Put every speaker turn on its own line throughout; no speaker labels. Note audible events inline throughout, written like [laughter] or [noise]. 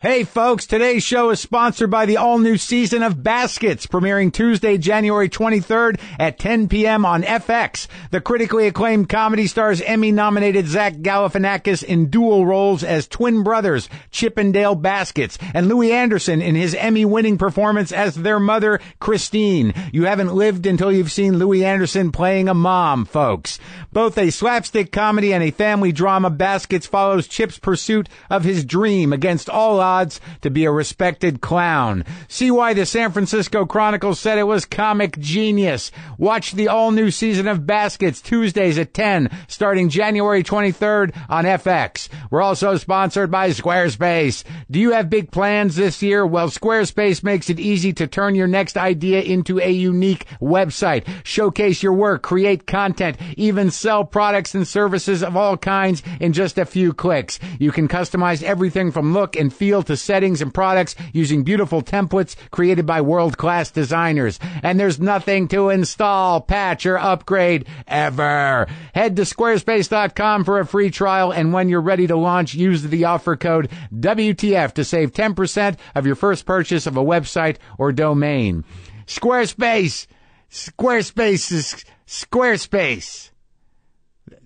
Hey folks, today's show is sponsored by the all new season of Baskets, premiering Tuesday, January 23rd at 10 p.m. on FX. The critically acclaimed comedy stars Emmy nominated Zach Galifianakis in dual roles as twin brothers, Chippendale Baskets, and Louis Anderson in his Emmy winning performance as their mother, Christine. You haven't lived until you've seen Louis Anderson playing a mom, folks. Both a slapstick comedy and a family drama, Baskets follows Chip's pursuit of his dream against all odds to be a respected clown. See why the San Francisco Chronicle said it was comic genius. Watch the all new season of Baskets Tuesdays at 10, starting January 23rd on FX. We're also sponsored by Squarespace. Do you have big plans this year? Well, Squarespace makes it easy to turn your next idea into a unique website. Showcase your work, create content, even sell products and services of all kinds in just a few clicks. You can customize everything from look and feel to settings and products using beautiful templates created by world class designers. And there's nothing to install, patch, or upgrade ever. Head to squarespace.com for a free trial. And when you're ready to launch, use the offer code WTF to save 10% of your first purchase of a website or domain. Squarespace. Squarespace is Squarespace.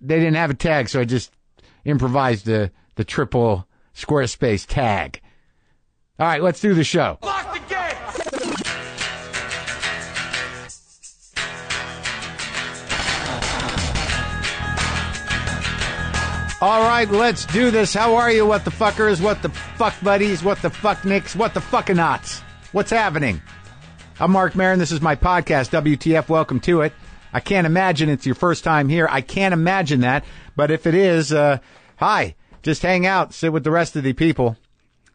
They didn't have a tag, so I just improvised the, the triple Squarespace tag. All right, let's do the show.
Lock the gate!
All right, let's do this. How are you, what the fuckers? What the fuck buddies? What the fuck nicks? What the fuckinauts? What's happening? I'm Mark Marin. This is my podcast, WTF. Welcome to it. I can't imagine it's your first time here. I can't imagine that. But if it is, uh, hi, just hang out, sit with the rest of the people,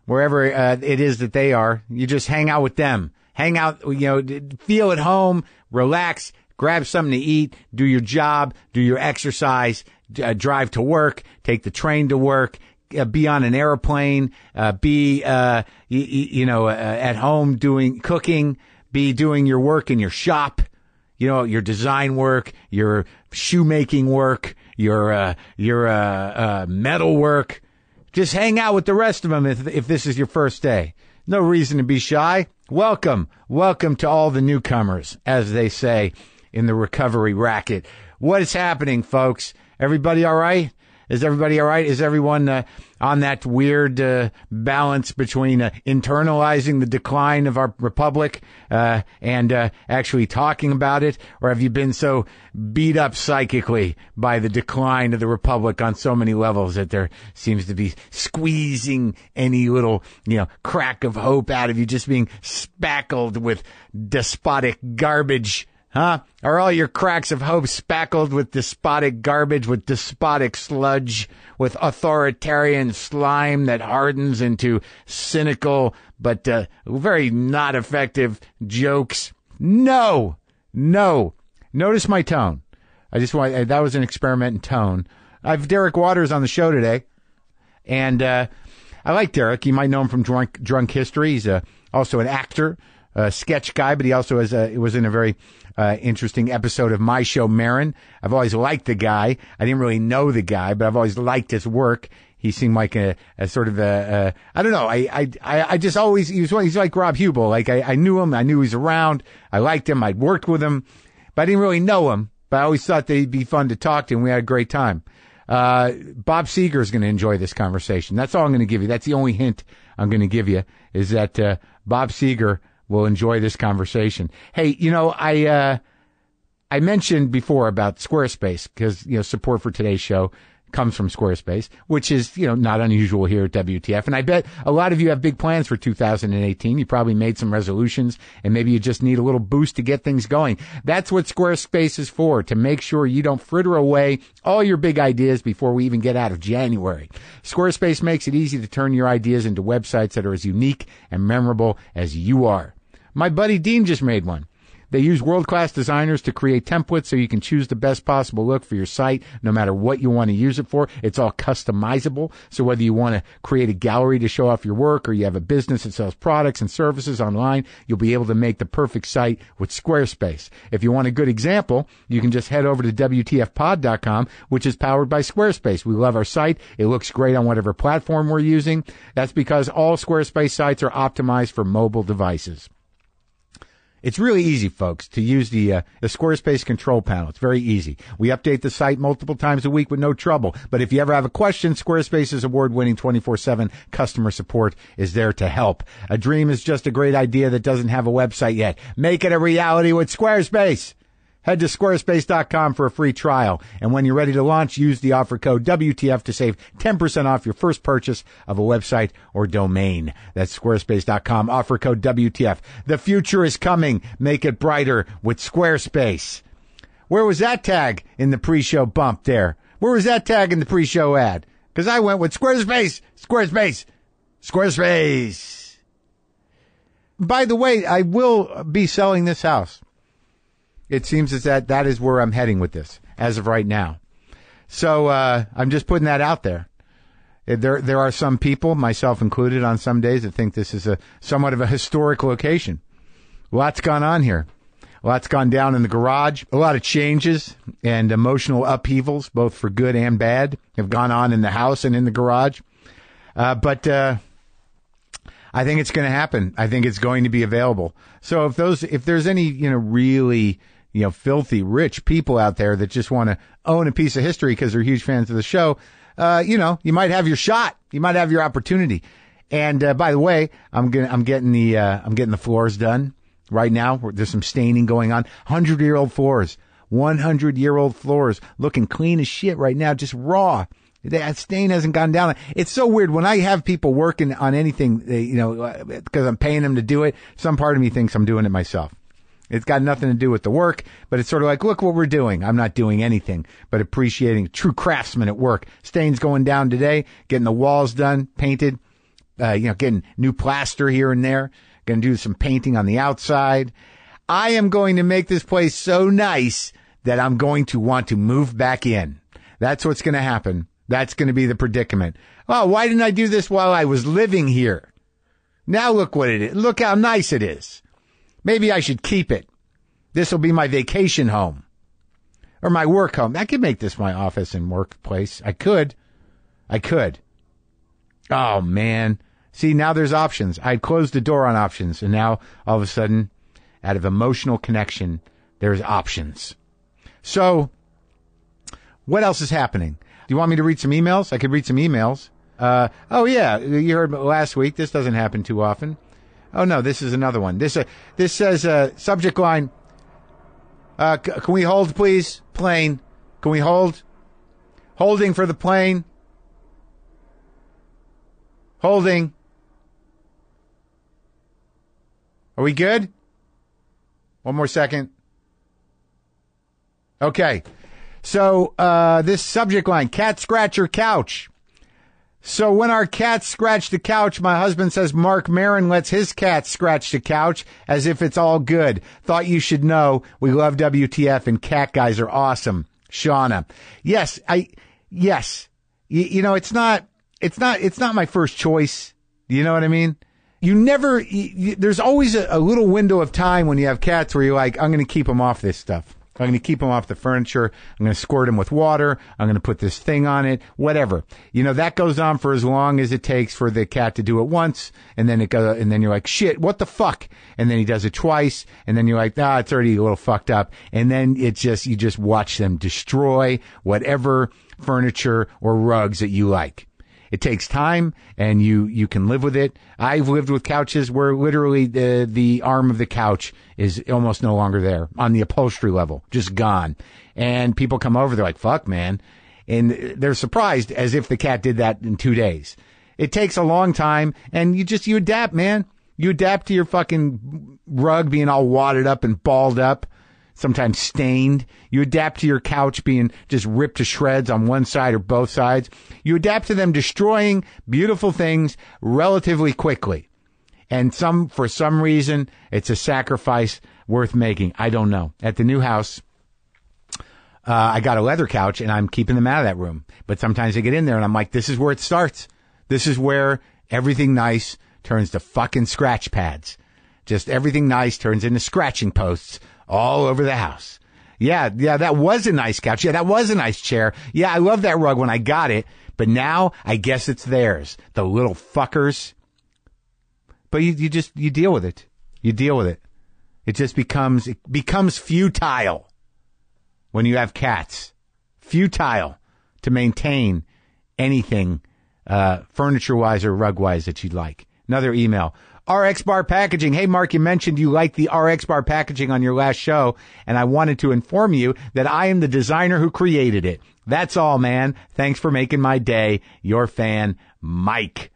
wherever uh, it is that they are. You just hang out with them. Hang out, you know, d- feel at home, relax, grab something to eat, do your job, do your exercise, d- uh, drive to work, take the train to work, uh, be on an airplane, uh, be, uh, you, you know, uh, at home doing cooking, be doing your work in your shop, you know, your design work, your shoemaking work, your, uh, your, uh, uh, metal work. Just hang out with the rest of them if, if this is your first day. No reason to be shy. Welcome. Welcome to all the newcomers, as they say in the recovery racket. What is happening, folks? Everybody all right? Is everybody all right? Is everyone uh, on that weird uh, balance between uh, internalizing the decline of our republic uh, and uh, actually talking about it? Or have you been so beat up psychically by the decline of the republic on so many levels that there seems to be squeezing any little, you know, crack of hope out of you, just being spackled with despotic garbage? Huh? Are all your cracks of hope spackled with despotic garbage, with despotic sludge, with authoritarian slime that hardens into cynical but uh, very not effective jokes? No, no. Notice my tone. I just want uh, that was an experiment in tone. I've Derek Waters on the show today, and uh, I like Derek. You might know him from Drunk Drunk History. He's a, also an actor, a sketch guy, but he also has a, was in a very uh, interesting episode of my show, Marin. I've always liked the guy. I didn't really know the guy, but I've always liked his work. He seemed like a, a sort of a, a I don't know. I, I, I I just always, he was, one- he's like Rob Hubel. Like I, I knew him. I knew he was around. I liked him. I'd worked with him, but I didn't really know him, but I always thought that he'd be fun to talk to and we had a great time. Uh, Bob Seeger is going to enjoy this conversation. That's all I'm going to give you. That's the only hint I'm going to give you is that, uh, Bob Seeger will enjoy this conversation. Hey, you know, I, uh, I mentioned before about Squarespace because you know support for today's show comes from Squarespace, which is you know not unusual here at WTF. And I bet a lot of you have big plans for 2018. You probably made some resolutions, and maybe you just need a little boost to get things going. That's what Squarespace is for to make sure you don't fritter away all your big ideas before we even get out of January. Squarespace makes it easy to turn your ideas into websites that are as unique and memorable as you are. My buddy Dean just made one. They use world class designers to create templates so you can choose the best possible look for your site, no matter what you want to use it for. It's all customizable. So whether you want to create a gallery to show off your work or you have a business that sells products and services online, you'll be able to make the perfect site with Squarespace. If you want a good example, you can just head over to WTFpod.com, which is powered by Squarespace. We love our site. It looks great on whatever platform we're using. That's because all Squarespace sites are optimized for mobile devices. It's really easy, folks, to use the, uh, the Squarespace control panel. It's very easy. We update the site multiple times a week with no trouble. But if you ever have a question, Squarespace's award-winning 24-7 customer support is there to help. A dream is just a great idea that doesn't have a website yet. Make it a reality with Squarespace. Head to squarespace.com for a free trial. And when you're ready to launch, use the offer code WTF to save 10% off your first purchase of a website or domain. That's squarespace.com. Offer code WTF. The future is coming. Make it brighter with Squarespace. Where was that tag in the pre-show bump there? Where was that tag in the pre-show ad? Cause I went with Squarespace, Squarespace, Squarespace. By the way, I will be selling this house it seems as that that is where I'm heading with this as of right now. So uh, I'm just putting that out there. Uh, There, there are some people, myself included, on some days that think this is a somewhat of a historic location. Lots gone on here. Lots gone down in the garage. A lot of changes and emotional upheavals, both for good and bad, have gone on in the house and in the garage. Uh, but uh, I think it's going to happen. I think it's going to be available. So if those, if there's any, you know, really you know, filthy rich people out there that just want to own a piece of history because they're huge fans of the show, uh, you know, you might have your shot. You might have your opportunity. And uh, by the way, I'm gonna, I'm getting the, uh, I'm getting the floors done right now. There's some staining going on. Hundred year old floors, 100 year old floors, looking clean as shit right now, just raw. That stain hasn't gone down. It's so weird when I have people working on anything, they, you know, because I'm paying them to do it. Some part of me thinks I'm doing it myself. It's got nothing to do with the work, but it's sort of like, look what we're doing. I'm not doing anything but appreciating true craftsmen at work. Stains going down today, getting the walls done, painted, uh, you know, getting new plaster here and there, going to do some painting on the outside. I am going to make this place so nice that I'm going to want to move back in. That's what's going to happen. That's going to be the predicament. Oh, why didn't I do this while I was living here? Now look what it is. Look how nice it is. Maybe I should keep it. This will be my vacation home or my work home. I could make this my office and workplace. I could. I could. Oh man. See, now there's options. I'd closed the door on options and now all of a sudden, out of emotional connection, there's options. So what else is happening? Do you want me to read some emails? I could read some emails. Uh, oh yeah, you heard last week. This doesn't happen too often. Oh no, this is another one. This uh, this says uh, subject line. Uh, c- can we hold, please? Plane. Can we hold? Holding for the plane. Holding. Are we good? One more second. Okay. So uh, this subject line: cat scratcher couch. So when our cats scratch the couch, my husband says Mark Marin lets his cat scratch the couch as if it's all good. Thought you should know we love WTF and cat guys are awesome. Shauna. Yes, I, yes. Y- you know, it's not, it's not, it's not my first choice. You know what I mean? You never, y y there's always a, a little window of time when you have cats where you're like, I'm going to keep them off this stuff. I'm going to keep them off the furniture. I'm going to squirt them with water. I'm going to put this thing on it, whatever. You know, that goes on for as long as it takes for the cat to do it once. And then it goes, and then you're like, shit, what the fuck? And then he does it twice. And then you're like, ah, it's already a little fucked up. And then it just, you just watch them destroy whatever furniture or rugs that you like. It takes time and you, you can live with it. I've lived with couches where literally the, the arm of the couch is almost no longer there on the upholstery level, just gone. And people come over, they're like, fuck, man. And they're surprised as if the cat did that in two days. It takes a long time and you just, you adapt, man. You adapt to your fucking rug being all wadded up and balled up sometimes stained. You adapt to your couch being just ripped to shreds on one side or both sides. You adapt to them destroying beautiful things relatively quickly. And some, for some reason, it's a sacrifice worth making. I don't know. At the new house, uh, I got a leather couch and I'm keeping them out of that room. But sometimes I get in there and I'm like, this is where it starts. This is where everything nice turns to fucking scratch pads. Just everything nice turns into scratching posts all over the house. Yeah, yeah, that was a nice couch. Yeah, that was a nice chair. Yeah, I love that rug when I got it, but now I guess it's theirs. The little fuckers. But you, you just, you deal with it. You deal with it. It just becomes, it becomes futile when you have cats. Futile to maintain anything uh, furniture wise or rug wise that you'd like. Another email. RX bar packaging. Hey, Mark, you mentioned you liked the RX bar packaging on your last show, and I wanted to inform you that I am the designer who created it. That's all, man. Thanks for making my day. Your fan, Mike.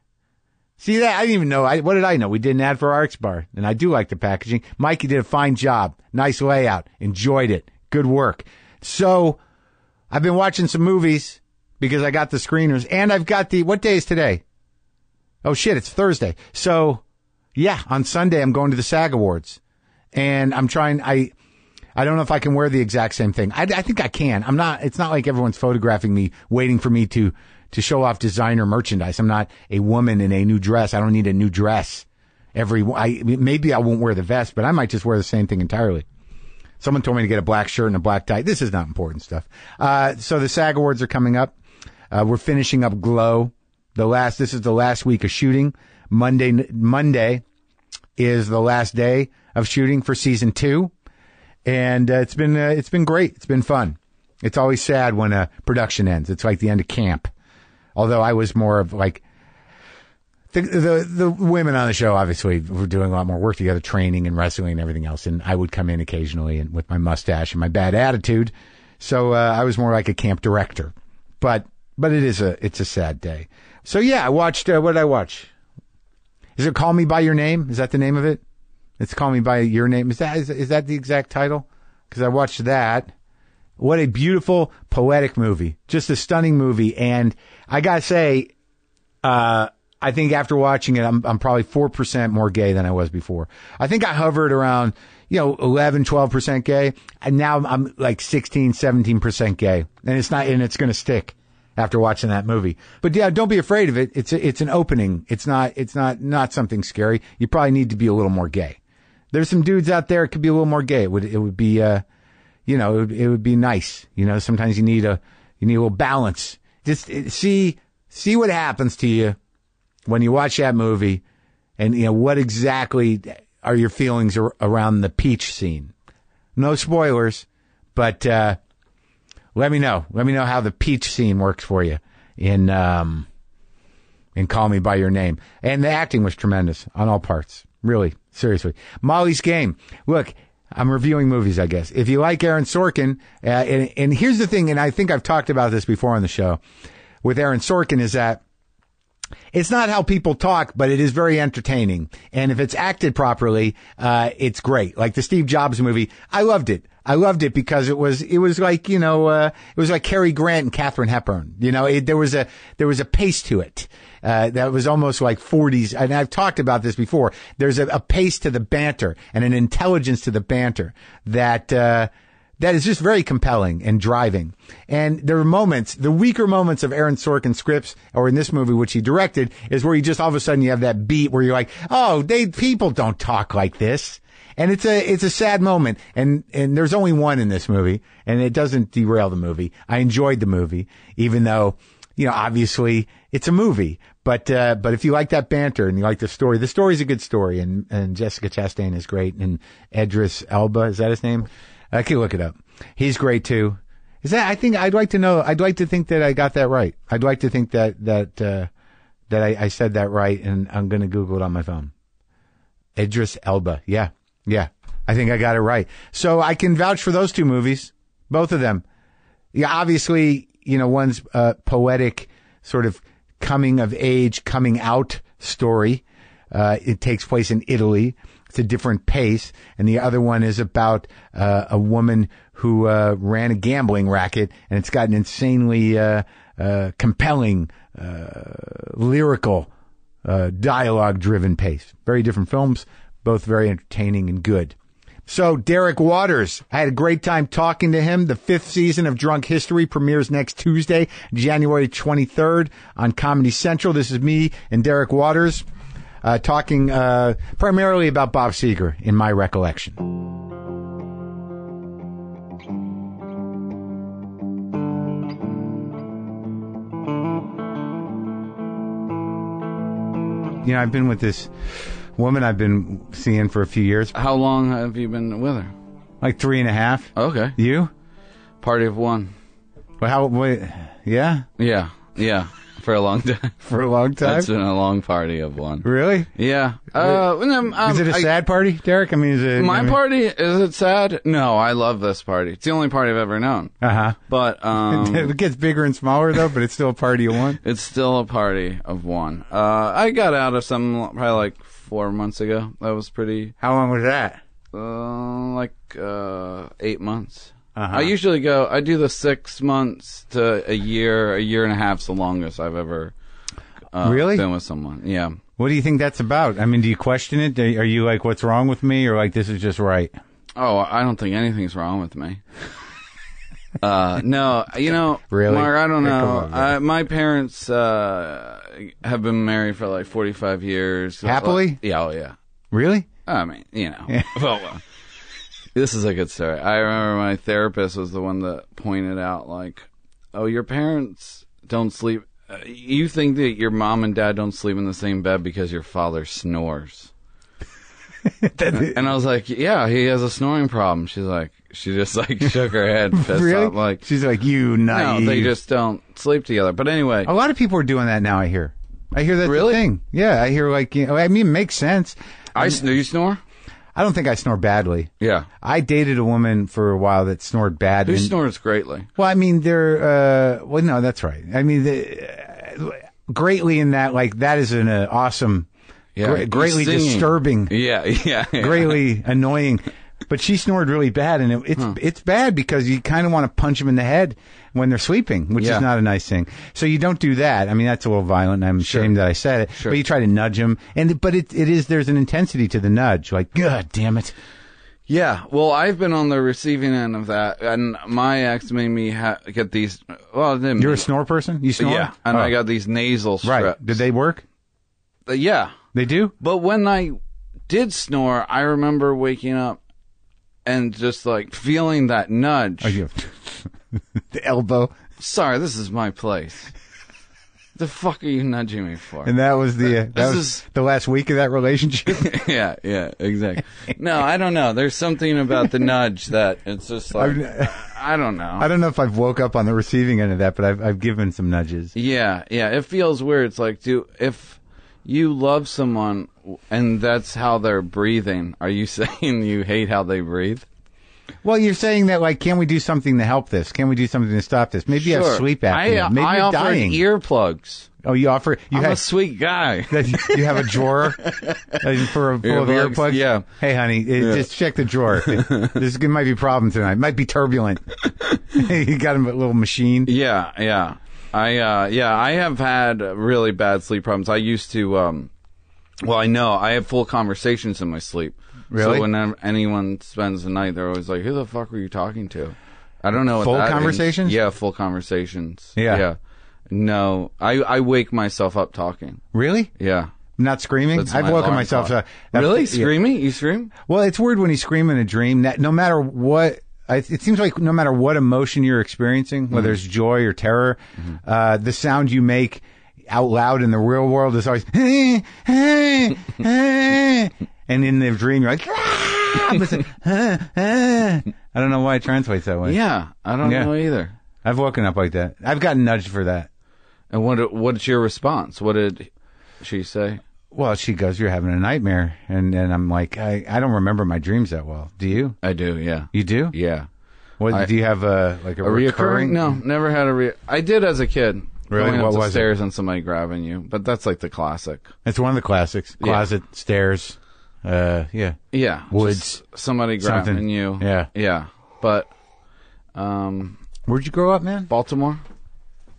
See that? I didn't even know. I, what did I know? We did an ad for RX Bar, and I do like the packaging. Mike, you did a fine job. Nice layout. Enjoyed it. Good work. So, I've been watching some movies because I got the screeners, and I've got the what day is today? Oh shit, it's Thursday. So, yeah, on Sunday I'm going to the SAG Awards, and I'm trying. I I don't know if I can wear the exact same thing. I, I think I can. I'm not. It's not like everyone's photographing me, waiting for me to to show off designer merchandise. I'm not a woman in a new dress. I don't need a new dress. Every I maybe I won't wear the vest, but I might just wear the same thing entirely. Someone told me to get a black shirt and a black tie. This is not important stuff. Uh, so the SAG Awards are coming up. Uh, we're finishing up Glow. The last. This is the last week of shooting. Monday. Monday is the last day of shooting for season two, and uh, it's been uh, it's been great. It's been fun. It's always sad when a production ends. It's like the end of camp. Although I was more of like the, the the women on the show obviously were doing a lot more work together, training and wrestling and everything else. And I would come in occasionally and with my mustache and my bad attitude, so uh, I was more like a camp director. But but it is a it's a sad day. So yeah, I watched uh, what did I watch? Is it Call Me by Your Name? Is that the name of it? It's Call Me by Your Name. Is that is, is that the exact title? Because I watched that. What a beautiful poetic movie, just a stunning movie, and I gotta say, uh, I think after watching it, I'm, I'm probably 4% more gay than I was before. I think I hovered around, you know, 11, 12% gay. And now I'm like 16, 17% gay. And it's not, and it's going to stick after watching that movie. But yeah, don't be afraid of it. It's, a, it's an opening. It's not, it's not, not something scary. You probably need to be a little more gay. There's some dudes out there. It could be a little more gay. It would, it would be, uh, you know, it would, it would be nice. You know, sometimes you need a, you need a little balance. Just eh, see, see what happens to you when you watch that movie and you know what exactly are your feelings ar- around the peach scene no spoilers but uh let me know let me know how the peach scene works for you in um in call me by your name and the acting was tremendous on all parts really seriously molly's game look i'm reviewing movies i guess if you like aaron sorkin uh, and, and here's the thing and i think i've talked about this before on the show with aaron sorkin is that it's not how people talk, but it is very entertaining. And if it's acted properly, uh, it's great. Like the Steve Jobs movie, I loved it. I loved it because it was it was like you know uh, it was like Cary Grant and Katharine Hepburn. You know, it, there was a there was a pace to it uh, that was almost like 40s. And I've talked about this before. There's a, a pace to the banter and an intelligence to the banter that. Uh, that is just very compelling and driving. And there are moments, the weaker moments of Aaron Sorkin scripts, or in this movie, which he directed, is where you just all of a sudden you have that beat where you're like, oh, they, people don't talk like this. And it's a, it's a sad moment. And, and there's only one in this movie, and it doesn't derail the movie. I enjoyed the movie, even though, you know, obviously it's a movie. But, uh, but if you like that banter and you like the story, the story's a good story, and, and Jessica Chastain is great, and Edris Elba, is that his name? I can look it up. He's great too. Is that? I think I'd like to know. I'd like to think that I got that right. I'd like to think that that uh, that I, I said that right, and I'm going to Google it on my phone. Idris Elba. Yeah, yeah. I think I got it right. So I can vouch for those two movies, both of them. Yeah, obviously, you know, one's uh, poetic sort of coming of age, coming out story. Uh, it takes place in Italy. It's a different pace, and the other one is about uh, a woman who uh, ran a gambling racket, and it's got an insanely uh, uh, compelling, uh, lyrical, uh, dialogue-driven pace. Very different films, both very entertaining and good. So Derek Waters, I had a great time talking to him. The fifth season of Drunk History premieres next Tuesday, January 23rd on Comedy Central. This is me and Derek Waters uh, talking uh, primarily about Bob Seger in my recollection. You know, I've been with this woman I've been seeing for a few years,
How long have you been with her?
like three and a half.
Okay.
You?
Party of one.
Well, how? Wait, yeah,
Yeah. Yeah. For a long [laughs] time.
for a long time.
That's been a long party of one.
really?
Yeah. Uh, and I'm- I'm-
Is it a
I-
sad party, Derek? I mean, is it
my party is it sad? No, I love this party. It's the only party I've ever known.
Uh
But
[laughs] huh.
um,
it gets bigger and smaller though, but it's still a party of one.
it's still a party of one. Uh, I got out of some probably like four months ago. That was pretty
How long was that?
Uh, like uh, eight months.
Uh-huh.
I usually go. I do the six months to a year, a year and a half's the longest I've ever uh,
Really?
been with someone. Yeah.
What do you think that's about? I mean, do you question it? Do- Are you like, what's wrong with me, or like, this is just right?
Oh, I don't think anything's wrong with me. [laughs] uh, no, you know,
Really?
Mark, I don't
Yeah, come
know.
on, man.
I, my parents uh, have been married for like forty-five years.
Happily?
Yeah. Oh, yeah.
Really? [laughs]
I mean, you know. [laughs] well, uh, this is a good story. I remember my therapist was the one that pointed out, like, oh, your parents don't sleep. Uh, you think that your mom and dad don't sleep in the same bed because your father snores. And I was like, yeah, he has a snoring problem. She's like, she just like [laughs] shook her head, pissed
really?
off, like,
she's like, you
no,
naive. Oh,
they just don't sleep together. But anyway,
A lot of people are doing that now. I hear. I hear that's
Really?
the thing. Yeah, I hear like, you know, I mean, it makes sense.
I sn- do you snore?
I don't think I snore badly.
Yeah,
I dated a woman for a while that snored bad.
who
and-
snores greatly?
Well, I mean, they're, uh, well, no, that's right. I mean, the, uh, greatly in that, like, that is an uh, awesome,
Yeah,
gre-
he's
greatly
singing.
disturbing,
Yeah, [laughs] yeah, yeah.
greatly annoying. But she snored really bad, and it, it's
Hmm.
it's bad because you kind of want to punch them in the head when they're sleeping, which
Yeah.
is not a nice thing. So you don't do that. I mean, that's a little violent, and I'm ashamed that I said it. But you try to nudge them, and but it it is there's an intensity to the nudge, like God damn it,
Yeah, well, I've been on the receiving end of that, and my ex made me ha- get these. Well, it didn't
you're a snore person. You snore,
yeah, and
Oh,
I got these nasal
right.
strips.
Did they work?
Uh, yeah,
They do.
but when I did snore, I remember waking up and just like feeling that nudge.
Oh, you [laughs] the elbow.
Sorry, this is my place. [laughs] the fuck are you nudging me for?
And that was the uh, that
This
was
is-
the last week of that relationship. [laughs]
[laughs] yeah, yeah, exactly. No, I don't know. There's something about the nudge that it's just
[laughs]
like
I'm-
I don't know.
I don't know if I've woke up on the receiving end of that, but I've I've given some nudges.
Yeah, yeah. It feels weird. It's like, do if you love someone and that's how they're breathing, are you [laughs] saying you hate how they breathe?
Well, you're saying that like, can we do something to help this? Can we do something to stop this? Maybe you have
Sure.
sleep
I, uh,
apnea. Maybe
I
you're
offered
dying.
earplugs.
oh, you offer you
I'm a
have
sweet guy.
[laughs] that- you have a
[laughs]
drawer uh, for a full of
Earplugs,
earplugs.
yeah.
Hey, honey, it, just check the
[laughs]
drawer. this might be a problem tonight. Might be turbulent. [laughs] you got a little machine.
Yeah, yeah. I uh yeah, I have had really bad sleep problems. I used to um well, I know I have full conversations in my sleep.
Really?
So when I'm- anyone spends the night, they're always like, "Who the fuck were you talking to?" I don't know. What
Full
that means.
conversations?
Yeah, full conversations.
Yeah.
yeah. No, I I wake myself up talking.
Really?
Yeah.
Not screaming.
That's
I've
my
woken
alarm
myself.
clock.
up. That's-
really?
yeah.
Screaming? You scream?
Well, it's weird when you scream in a dream that no matter what, I, it seems like no matter what emotion you're experiencing, whether
Mm-hmm.
it's joy or terror, uh, the sound you make out loud in the real world is always, "Eh, eh, eh." and in the dream you're like, "Ah," but it's like, [laughs] "Eh, eh." I don't know why it translates that way.
Yeah, I don't
Yeah.
know either.
I've woken up like that. I've gotten nudged for that.
And what what's your response? What did she say?
Well, she goes, "You're having a nightmare," and and I'm like, I, I don't remember my dreams that well. Do you?
I do. Yeah.
You do?
Yeah.
What
I-
do you have a like a, Mm-hmm.
A reoccurring? No, never had a re. I did as a kid.
Really?
Going
What
up the
was it?
stairs and somebody grabbing you, but that's like the classic.
It's one of the classics. Closet, stairs. Uh, yeah.
Yeah,
Woods.
just somebody grabbing
Something.
you.
Yeah.
yeah. But um,
Where'd you grow up, man?
Baltimore.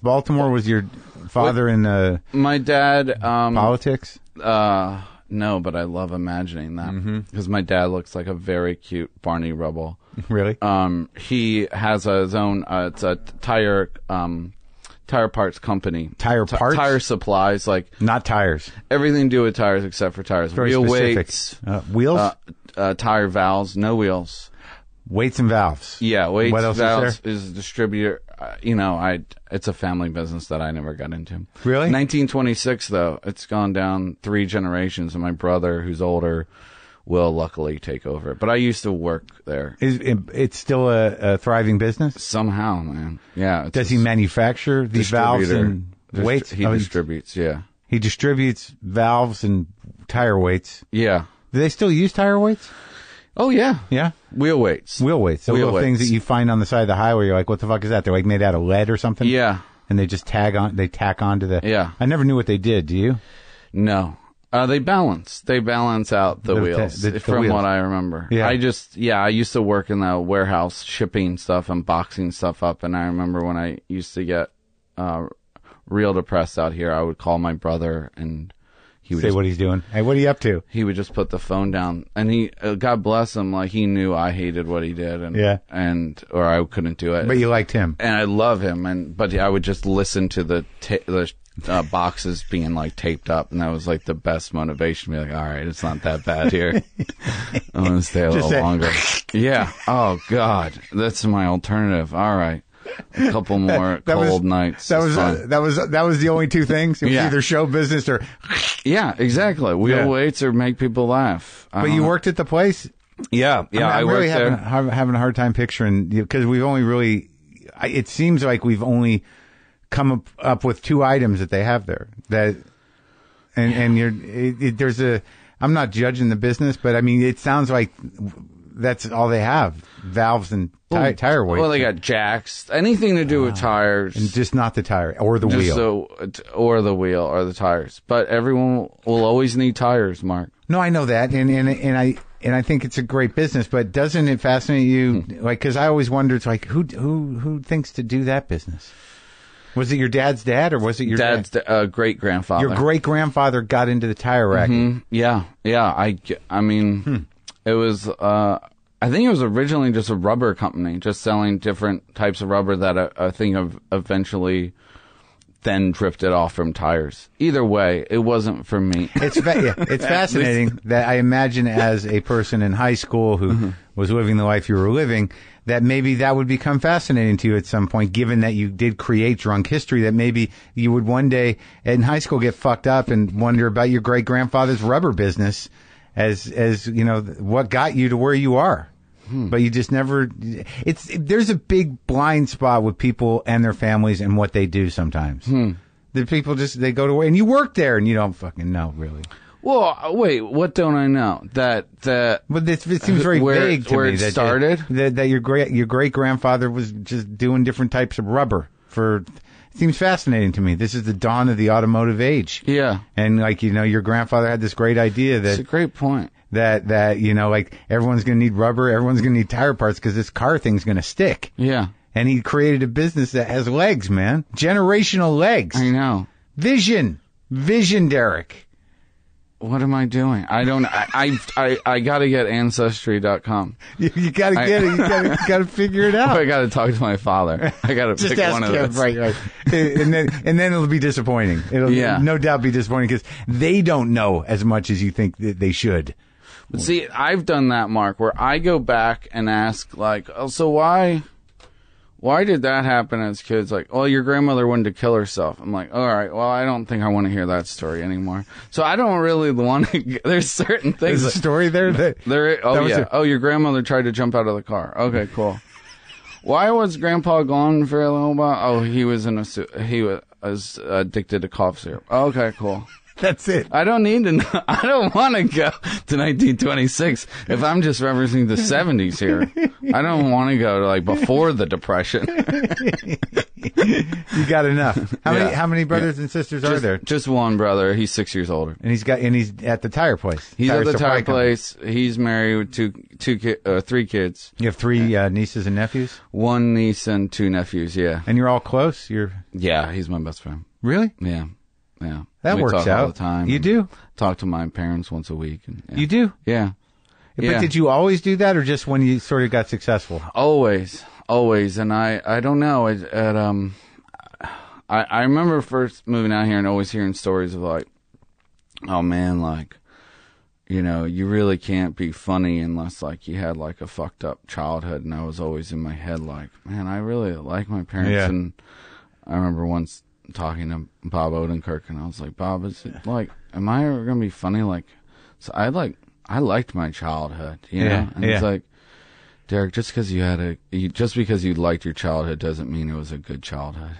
Baltimore was your father in uh,
My dad. Um,
politics.
uh, No, but I love imagining that
Mm-hmm.
because my dad looks like a very cute Barney Rubble.
Really?
Um, he has his own. Uh, it's a tire um, tire parts company.
Tire
Ti-
parts?
tire supplies, like
Not tires.
everything to do with tires except for tires.
Very
Wheel
specific.
weights,
Uh, wheels,
uh, uh, tire valves, no wheels.
weights, and valves.
Yeah, weights,
What else is
valves is, a distributor. Uh, you know, I it's a family business that I never got into.
Really?
1926 though, it's gone down three generations, and my brother, who's older, will luckily take over. But I used to work there
Is it, it's still a, a thriving business?
somehow, man. Yeah. it's
Does
a
he manufacture these valves
distributor.
and
Distri-
weights?
He
I mean,
distributes. Yeah.
he distributes valves and tire weights.
Yeah.
Do they still use tire weights?
Oh yeah.
Yeah.
Wheel weights.
Wheel weights. The
Wheel
little things that
weights.
you find on the side of the highway. You're like, what the fuck is that? They're like made out of lead or something.
yeah.
And they just tag on, they tack onto the.
Yeah.
I never knew what they did. Do you?
No. Uh, they balance. They balance out the,
The-
wheels,
the- the
from
wheels.
what I remember.
Yeah.
I just, yeah, I used to work in the warehouse shipping stuff and boxing stuff up. And I remember when I used to get uh, real depressed out here, I would call my brother and he would
Say
just
what he's doing. Hey, what are you up to?
he would just put the phone down and he uh, god bless him like he knew i hated what he did and
Yeah.
and or i couldn't do it
But you liked him.
and i love him and but i would just listen to the ta- the uh, boxes being like taped up and that was like the best motivation to be like all right it's not that bad
[laughs]
here i'm gonna stay a little
that- [laughs]
longer yeah oh god that's my alternative all right a couple more
[laughs] That was-
cold nights
That
is
was uh,
fine.
that was that was the only two things. It was
Yeah.
either show business or.
yeah exactly wheel
Yeah.
weights or make people laugh I
But
don't
you
know.
worked at the place.
yeah yeah
I'm, I'm
I
really
worked
having,
there.
ha- having a hard time picturing because we've only really. I, it seems like we've only come up, up with two items that they have there. That and and you're it, it, there's a. I'm not judging the business, but I mean it sounds like that's all they have: valves and ti- tire Ah. weights,
Well, they got jacks. Anything to do with tires.
just not the tire or the
Just
wheel.
so- or the wheel or the tires. But everyone will always need tires, Mark.
No, I know that, and and and I and I think it's a great business. But doesn't it fascinate you? Like, because I always wonder, it's like who who who thinks to do that business? Was it your dad's dad, or was it your
Dad's the, uh, great grandfather.
Your great grandfather got into the tire racket.
yeah, yeah. I, ge- I mean,
Hmm.
it was. Uh, I think it was originally just a rubber company, just selling different types of rubber that uh, I, I think of eventually then drifted off from tires. Either way, it wasn't for me.
It's fa- yeah, it's fascinating that I imagine as a person in high school who was living the life you were living that maybe that would become fascinating to you at some point given that you did create drunk history that maybe you would one day in high school get fucked up and wonder about your great grandfather's rubber business as as you know th- what got you to where you are. But you just never it's there's a big blind spot with people and their families and what they do sometimes. The people just they go to work and you work there and you don't fucking know really.
well, wait, what don't I know? That that
But it, it seems very
Where-
vague to
where
me.
it
that
started?
that, that your great your great grandfather was just doing different types of rubber for. It seems fascinating to me. This is the dawn of the automotive age,
yeah.
and like you know, your grandfather had this great idea
It's a
that
great point.
that that you know, like everyone's going to need rubber, everyone's going to need tire parts because this car thing's going to stick.
Yeah.
And he created a business that has legs, man. Generational legs,
I know.
vision, vision, Derek.
What am I doing? I don't. I I I, I gotta get ancestry.com.
You, you got to get it. You got to figure it out.
[laughs] I gotta talk to my father. I gotta
Oh. [laughs] just
pick
ask
one of
him,
those.
right? Right. [laughs] and then and then it'll be disappointing. It'll
Yeah.
no doubt be disappointing because they don't know as much as you think that they should.
But see, I've done that, Mark, where I go back and ask, like, oh, so why, why did that happen as kids? Like, oh, your grandmother wanted to kill herself. I'm like, all right, well, I don't think I want to hear that story anymore. So I don't really [laughs] want to. There's certain
There's
things.
a
that-
story there that
There, oh
That was
yeah.
it.
Oh, your grandmother tried to jump out of the car. Okay,
[laughs]
cool. Why was Grandpa gone for a little while? Oh, he was in a su- he was, was addicted to cough syrup. Okay, cool.
that's it.
I don't need to. Know, [laughs] I don't want to go to 1926 if I'm just referencing the 70s here. I don't want to go to like before the Depression.
[laughs] You got enough. How many
Yeah.
how many brothers and sisters are
Just,
there?
just one brother. He's six years older.
And he's got and he's at the tire place.
He's at the
supply
tire
company.
place. He's married with two two ki- uh, three kids,
You have three uh, nieces and nephews,
one niece and two nephews. Yeah,
and you're all close. You're
yeah. He's my best friend.
really
Yeah. Yeah,
That
we
works
talk
out.
all the time.
You
and
do?
talk to my parents once a week. And, yeah.
You do.
yeah,
But
Yeah.
did you always do that, or just when you sort of got successful?
always, always. And I, I don't know. It, at um, I, I remember first moving out here and always hearing stories of like, oh man, like, you know, you really can't be funny unless like you had like a fucked up childhood. And I was always in my head like, man, I really like my parents.
Yeah.
And I remember once talking to Bob Odenkirk and I was like, Bob, is it like, am I ever gonna be funny? Like, so I like, I liked my childhood, you
Yeah,
know. And
yeah.
it's like. Derek, just because you had a, you, just because you liked your childhood doesn't mean it was a good childhood.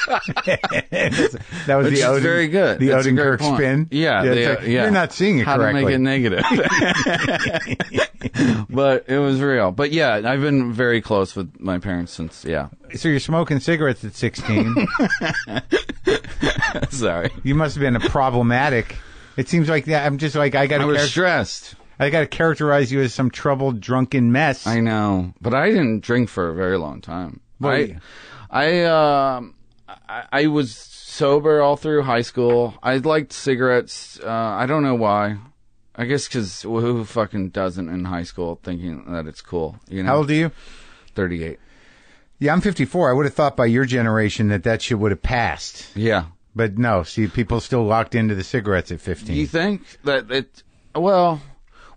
[laughs] That was
Which
the
is
Oden,
very good.
The
That's a great
Odenkirk
point.
spin.
Yeah,
it's
the-
like,
yeah.
You're not seeing it
How
correctly.
to make it
[laughs]
negative. [laughs] but it was real. But yeah, I've been very close with my parents since. Yeah, [laughs]
so you're smoking cigarettes at 16.
sorry,
you must have been a problematic. It seems like that. I'm just like I got
I was
to.
stressed.
I got to characterize you as some troubled, drunken mess.
I know, but I didn't drink for a very long time.
Well, yeah.
I, I, um, I, I was sober all through high school. I liked cigarettes. Uh, I don't know why. I guess because who fucking doesn't in high school thinking that it's cool? You know,
How old are you?
thirty-eight.
Yeah, I'm 54. I would have thought by your generation that that shit would have passed.
Yeah.
But no, see, people still locked into the cigarettes at
Do
15.
you think that it? Well,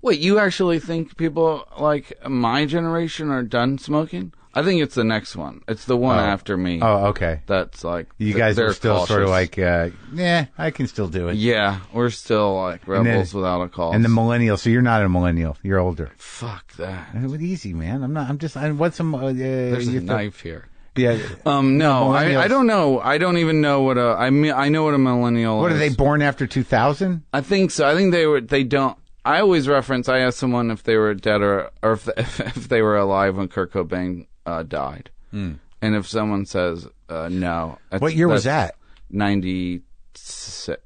wait. You actually think people like my generation are done smoking? I think it's the next one. It's the one after me.
oh, okay.
That's like
You
th-
guys
they're
are still sort of
cautious.
like, uh, yeah, I can still do it.
Yeah, we're still like
then-
rebels without a cause.
And the millennial, so you're not a millennial. You're older.
fuck that.
Uh, well, Easy, man. I'm not. I'm just. I, what's some? Uh,
There's
you
a knife here.
Yeah.
Um, no,
millennials-
I, I don't know. I don't even know what a. I mean, I know what a millennial.
What are
is.
they born after 2000?
I think so. I think they were. They don't. I always reference. I asked someone if they were dead or or if [laughs] if, they were alive when Kurt Cobain uh, died. And if someone says uh, no, that's-
What year was
that's
that?
Ninety six.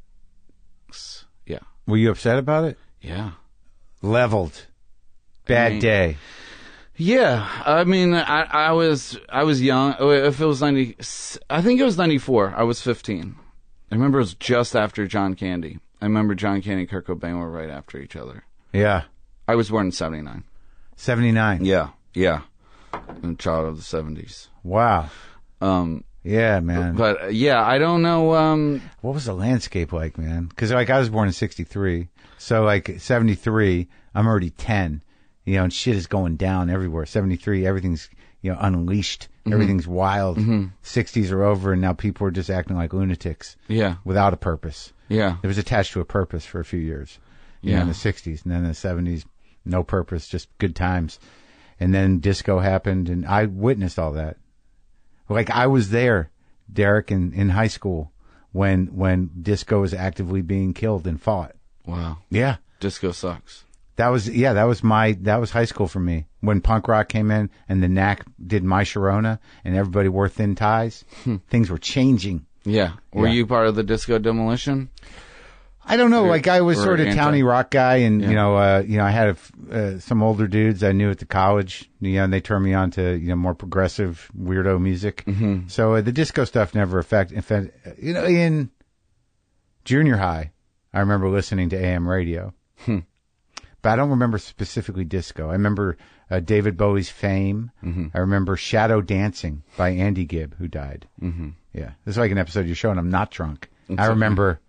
Yeah,
Were you upset about it?
yeah,
Leveled. Bad
mean-
day.
yeah. I mean, I I was I was young. Oh, If it was ninety, I think it was ninety four. I was fifteen. I remember it was just after John Candy. I remember John Candy and Kurt Cobain were right after each other.
Yeah.
I was born in seventy nine.
79.
Yeah, yeah. I'm a child of the 70s.
Wow.
Um,
Yeah, man.
but uh, yeah, I don't know. Um,
what was the landscape like, man? Because like I was born in '63, so like '73, I'm already 10. You know, and shit is going down everywhere. '73, everything's you know unleashed,
Mm-hmm.
everything's wild. '60s are over, and now people are just acting like lunatics
yeah,
without a purpose.
yeah,
It was attached to a purpose for a few years. You know,
Yeah.
in the '60s, and then the '70s, no purpose, just good times. And then disco happened, and I witnessed all that. Like I was there, Derek, in, in high school when when disco was actively being killed and fought.
wow.
Yeah,
Disco sucks.
that was yeah, that was my that was high school for me when punk rock came in and the Knack did my Sharona and everybody wore thin ties. Things were changing.
Yeah. Were
Yeah.
you part of the disco demolition?
I don't know. Like I was
or
sort of
anti-
towny rock guy, and you know, uh, you know, I had a f uh, some older dudes I knew at the college. You know, and they turned me on to you know more progressive weirdo music. Mm-hmm. So uh, the disco stuff never affect. In fact, uh, you know, in junior high, I remember listening to AM radio,
Hmm.
but I don't remember specifically disco. I remember uh, David Bowie's Fame.
Mm-hmm.
I remember Shadow Dancing by Andy Gibb, who died. Mm-hmm. Yeah, this is like an episode of your show, and I'm not drunk. I remember.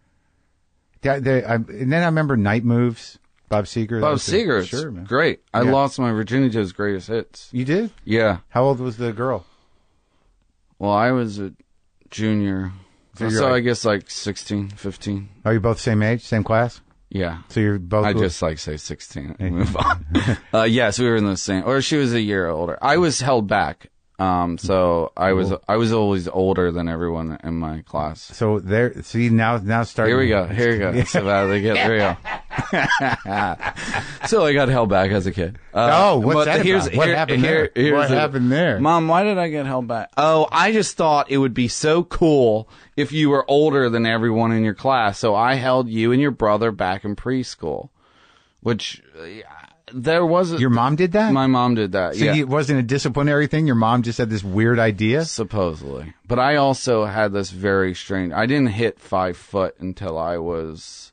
That, that, I, and then I remember Night Moves, Bob Seger.
Bob Seger.
Sure, man.
Great. I
Yeah.
lost my virginity to his greatest hits.
You did?
Yeah.
How old was the girl?
Well, I was a junior.
So
So,
you're like-
I guess like 16, 15.
Are you both same age, same class?
Yeah.
So you're both.
I just like say 16 and [laughs]
[laughs]
move on. uh, yes, we were in the same, or she was a year older. I was held back. Um, so I was, I was always older than everyone in my class.
So there. See now, now starting.
Here we go. Here we go.
[laughs]
It's about to get real. [laughs] so I got held back as a kid. Uh,
Oh, what's
but
that
here's-
about? What happened there?
here's
What
the-
happened there?
Mom, why did I get held back? Oh, I just thought it would be so cool if you were older than everyone in your class. So I held you and your brother back in preschool, which uh, there was a,
Your mom did that?
my mom did that.
so
yeah,
you- it wasn't a disciplinary thing. Your mom just had this weird idea.
supposedly. But I also had this very strange. I didn't hit five foot until I was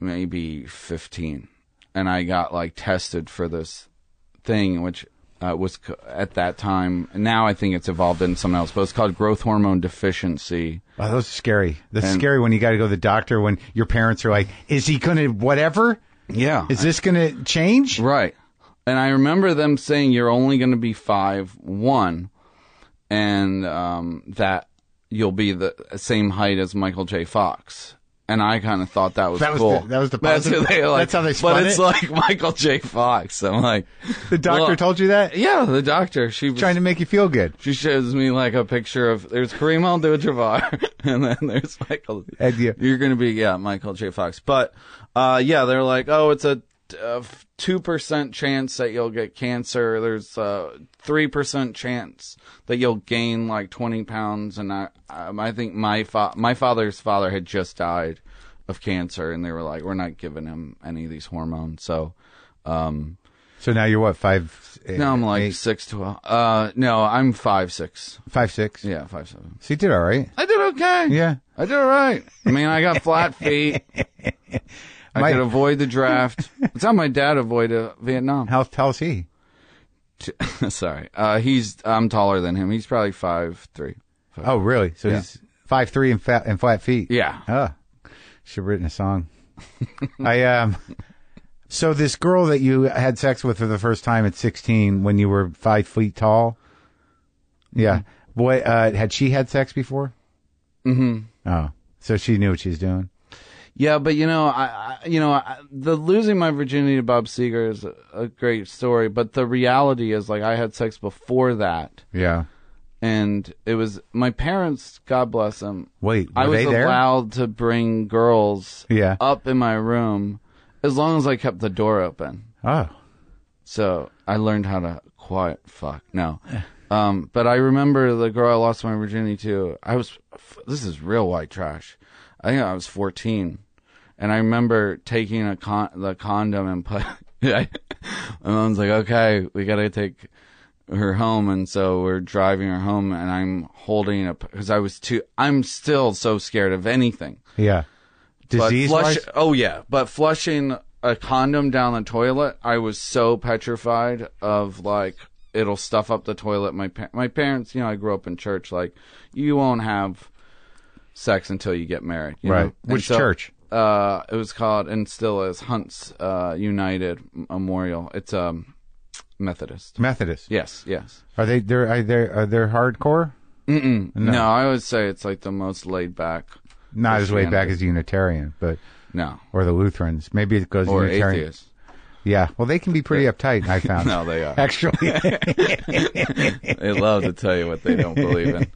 maybe fifteen, and I got like tested for this thing, which uh, was c- at that time. Now I think it's evolved into something else, but it's called growth hormone deficiency.
Oh, those are scary. That's scary when you got to go to the doctor when your parents are like, "Is he gonna whatever?
Yeah,
Is this gonna change?"
Right. And I remember them saying you're only going to be five one, and um, that you'll be the same height as Michael J. Fox. And I kind of thought that was
That was
cool.
the- that was the positive-
That's, how they, like,
that's how they spun
But
it?
it's like [laughs] Michael J. Fox. I'm like,
The doctor
Well,
told you that,
yeah, the doctor. She was,
trying to make you feel good.
she shows me like a picture of there's Kareem Abdul-Jabbar [laughs] and then there's Michael.
And you-
You're gonna be yeah Michael J. Fox, but uh, yeah they're like oh it's a two percent chance that you'll get cancer. There's a three percent chance that you'll gain like 20 pounds, and I um, I think my fa- my father's father had just died of cancer, and they were like we're not giving him any of these hormones, so. Um,
So now you're what five? eh,
now I'm like
eight,
six to uh no I'm five six
five, six.
yeah five seven
So you did all right.
I did okay.
Yeah.
I did all right. I mean, I got flat [laughs] feet. I
My-
could avoid the draft. It's how my dad avoided uh, Vietnam. [laughs]
How tall's he?
Sorry. Uh, he's, I'm taller than him. He's probably five, three.
Oh, really? So he's five three and fat and flat feet.
Yeah.
Oh, should have written a song. [laughs] I um. So this girl that you had sex with for the first time at sixteen, when you were five feet tall.
Mm-hmm.
Yeah. Boy, uh, had she had sex before? Mm-hmm. Oh, so she knew what she was doing.
Yeah, but you know, I, I you know, I, the losing my virginity to Bob Seger is a, a great story, but the reality is like I had sex before that
Yeah.
and it was my parents, God bless them.
Wait, were
I was
they there?
allowed to bring girls
Yeah.
up in my room as long as I kept the door open.
Oh,
So I learned how to quiet fuck. No. Um, but I remember the girl I lost my virginity to. I was, this is real white trash. I think I was 14. And I remember taking a con- the condom and put, [laughs] I, my mom's like, okay, we gotta take her home. And so we're driving her home and I'm holding up, cause I was too, I'm still so scared of anything.
yeah.
But
Disease
flush, oh yeah, but flushing a condom down the toilet, I was so petrified of like it'll stuff up the toilet. My pa- my parents, you know, I grew up in church. Like you won't have sex until you get married, you
Right.
know? And
Which
so,
church?
Uh, it was called and still is Hunts uh, United Memorial. It's um Methodist.
Methodist.
Yes, yes.
Are they? They're are they are they hardcore?
No. I would say it's like the most laid back.
Not as way back
Christianity.
as Unitarian, but
No,
or the Lutherans. Maybe it goes
or
Unitarian.
atheists.
Yeah, well, they can be pretty uptight. I found.
[laughs] No, they are.
Actually,
[laughs] they love to tell you what they don't
[laughs]
believe in.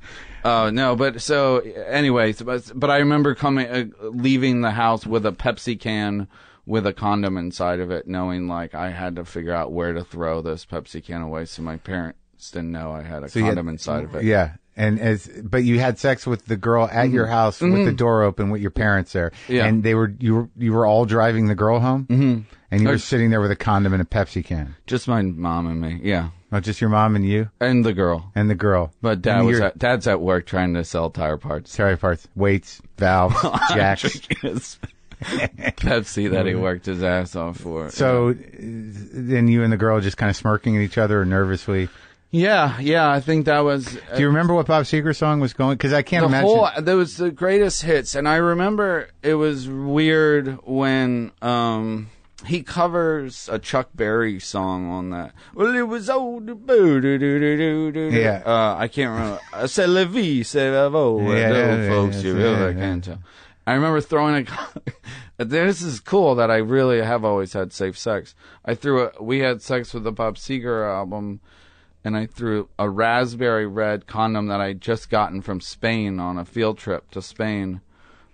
Uh, no, but so anyway, so- but, but I remember coming, uh, leaving the house with a Pepsi can with a condom inside of it, knowing like I had to figure out where to throw this Pepsi can away, so my parents didn't know I had a
you had-
condom inside of it.
yeah. And as but you had sex with the girl at your house with the door open with your parents there,
Mm-hmm. Yeah.
and they were you were you were all driving the girl home, mm-hmm. and you were sitting there with a condom and a Pepsi can.
Just my mom and me, yeah,
Not just your mom and you
and the girl.
and the girl,
But dad
And
was
your-
at, dad's at work trying to sell
[laughs]
tire parts. [laughs]
Terry parts, weights, valves, jacks.
Drinking his Pepsi that he worked his ass off for.
So uh, then you and the girl just kind of smirking at each other nervously.
yeah, yeah, I think that was.
Do you remember what Bob Seger song was going? Because I can't
the
imagine.
whole there was the greatest hits and i remember it was weird when um he covers a chuck berry song on that well it was old boo doo doo doo doo doo doo.
Yeah.
uh i can't remember i said la vie c'est la vo
Yeah, yeah, yeah,
folks
yeah,
you
yeah,
really
yeah.
can't tell I remember throwing a. [laughs] this is cool that I really have always had safe sex. I threw a. We had sex with the Bob Seger album, and I threw a raspberry red condom that I had just gotten from Spain on a field trip to Spain,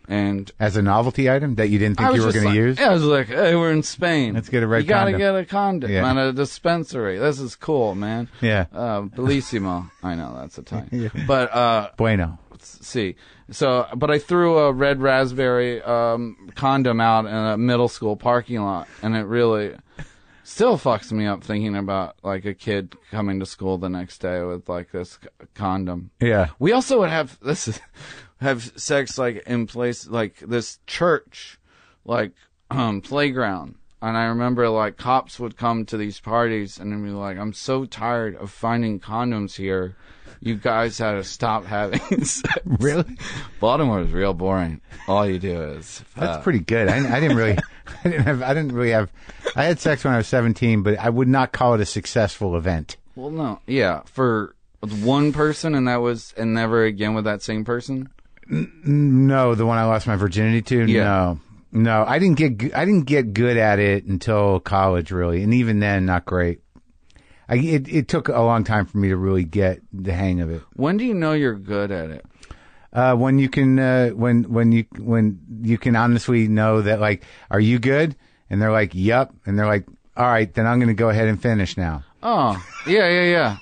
and
as a novelty item that you didn't
I
think
was
you were
just
going
like- eh.
to use.
Yeah, I was like, hey, we're in Spain.
Let's get a red
You gotta
condom."
get a condom
Yeah.
at a dispensary. This is cool, man.
Yeah.
Uh, bellissimo. I know
[laughs]
that's Italian, but uh,
Bueno.
see. So, but I threw a red raspberry um, condom out in a middle school parking lot, and it really still fucks me up thinking about like a kid coming to school the next day with like this c- condom.
Yeah.
We also would have [laughs] this is, have sex like in place like this church like [clears throat] um playground. And I remember like cops would come to these parties and they'd be like, I'm so tired of finding condoms here. You guys had to stop having [laughs] sex.
Really?
Baltimore is real boring. All you do is
That's pretty good. I, I didn't really, [laughs] I didn't have, I didn't really have. I had sex when I was seventeen, but I would not call it a successful event.
Well, no, yeah, for one person, and that was, and never again with that same person.
No, the one I lost my virginity to.
Yeah.
No, no, I didn't get, g- I didn't get good at it until college, really, and even then, not great. I, it, it took a long time for me to really get the hang of it.
When do you know you're good at it?
Uh, when you can, uh, when when you when you can honestly know that, like, are you good? And they're like, "Yup," and they're like, "All right, then I'm going to go ahead and finish now."
Oh, yeah, yeah, yeah.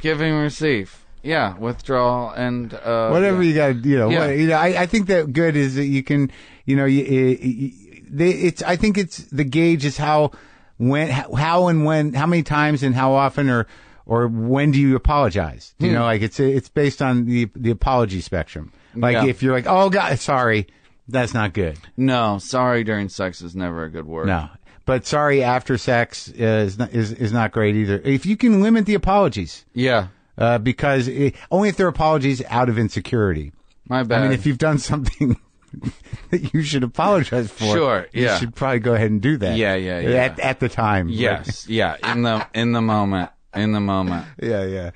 Give and receive. Yeah, withdrawal and uh,
whatever
yeah.
you got to you know
Yeah.
what, you know I, I think that good is that you can you know you, you, you- they, it's I think it's the gauge is how when how, how and when how many times and how often or or when do you apologize
Hmm.
you know like it's it's based on the the apology spectrum like
Yeah.
if you're like oh god sorry that's not good
No, sorry during sex is never a good word.
no but sorry after sex uh, is not, is is not great either if you can limit the apologies
Yeah,
uh, because it, only if they're apologies out of insecurity
my bad.
I mean, if you've done something [laughs] that you should apologize for,
Sure, yeah.
you should probably go ahead and do that.
Yeah, yeah, yeah.
At, at the time, Like,
yes, yeah, in the in the moment, in the moment.
[laughs] yeah, yeah.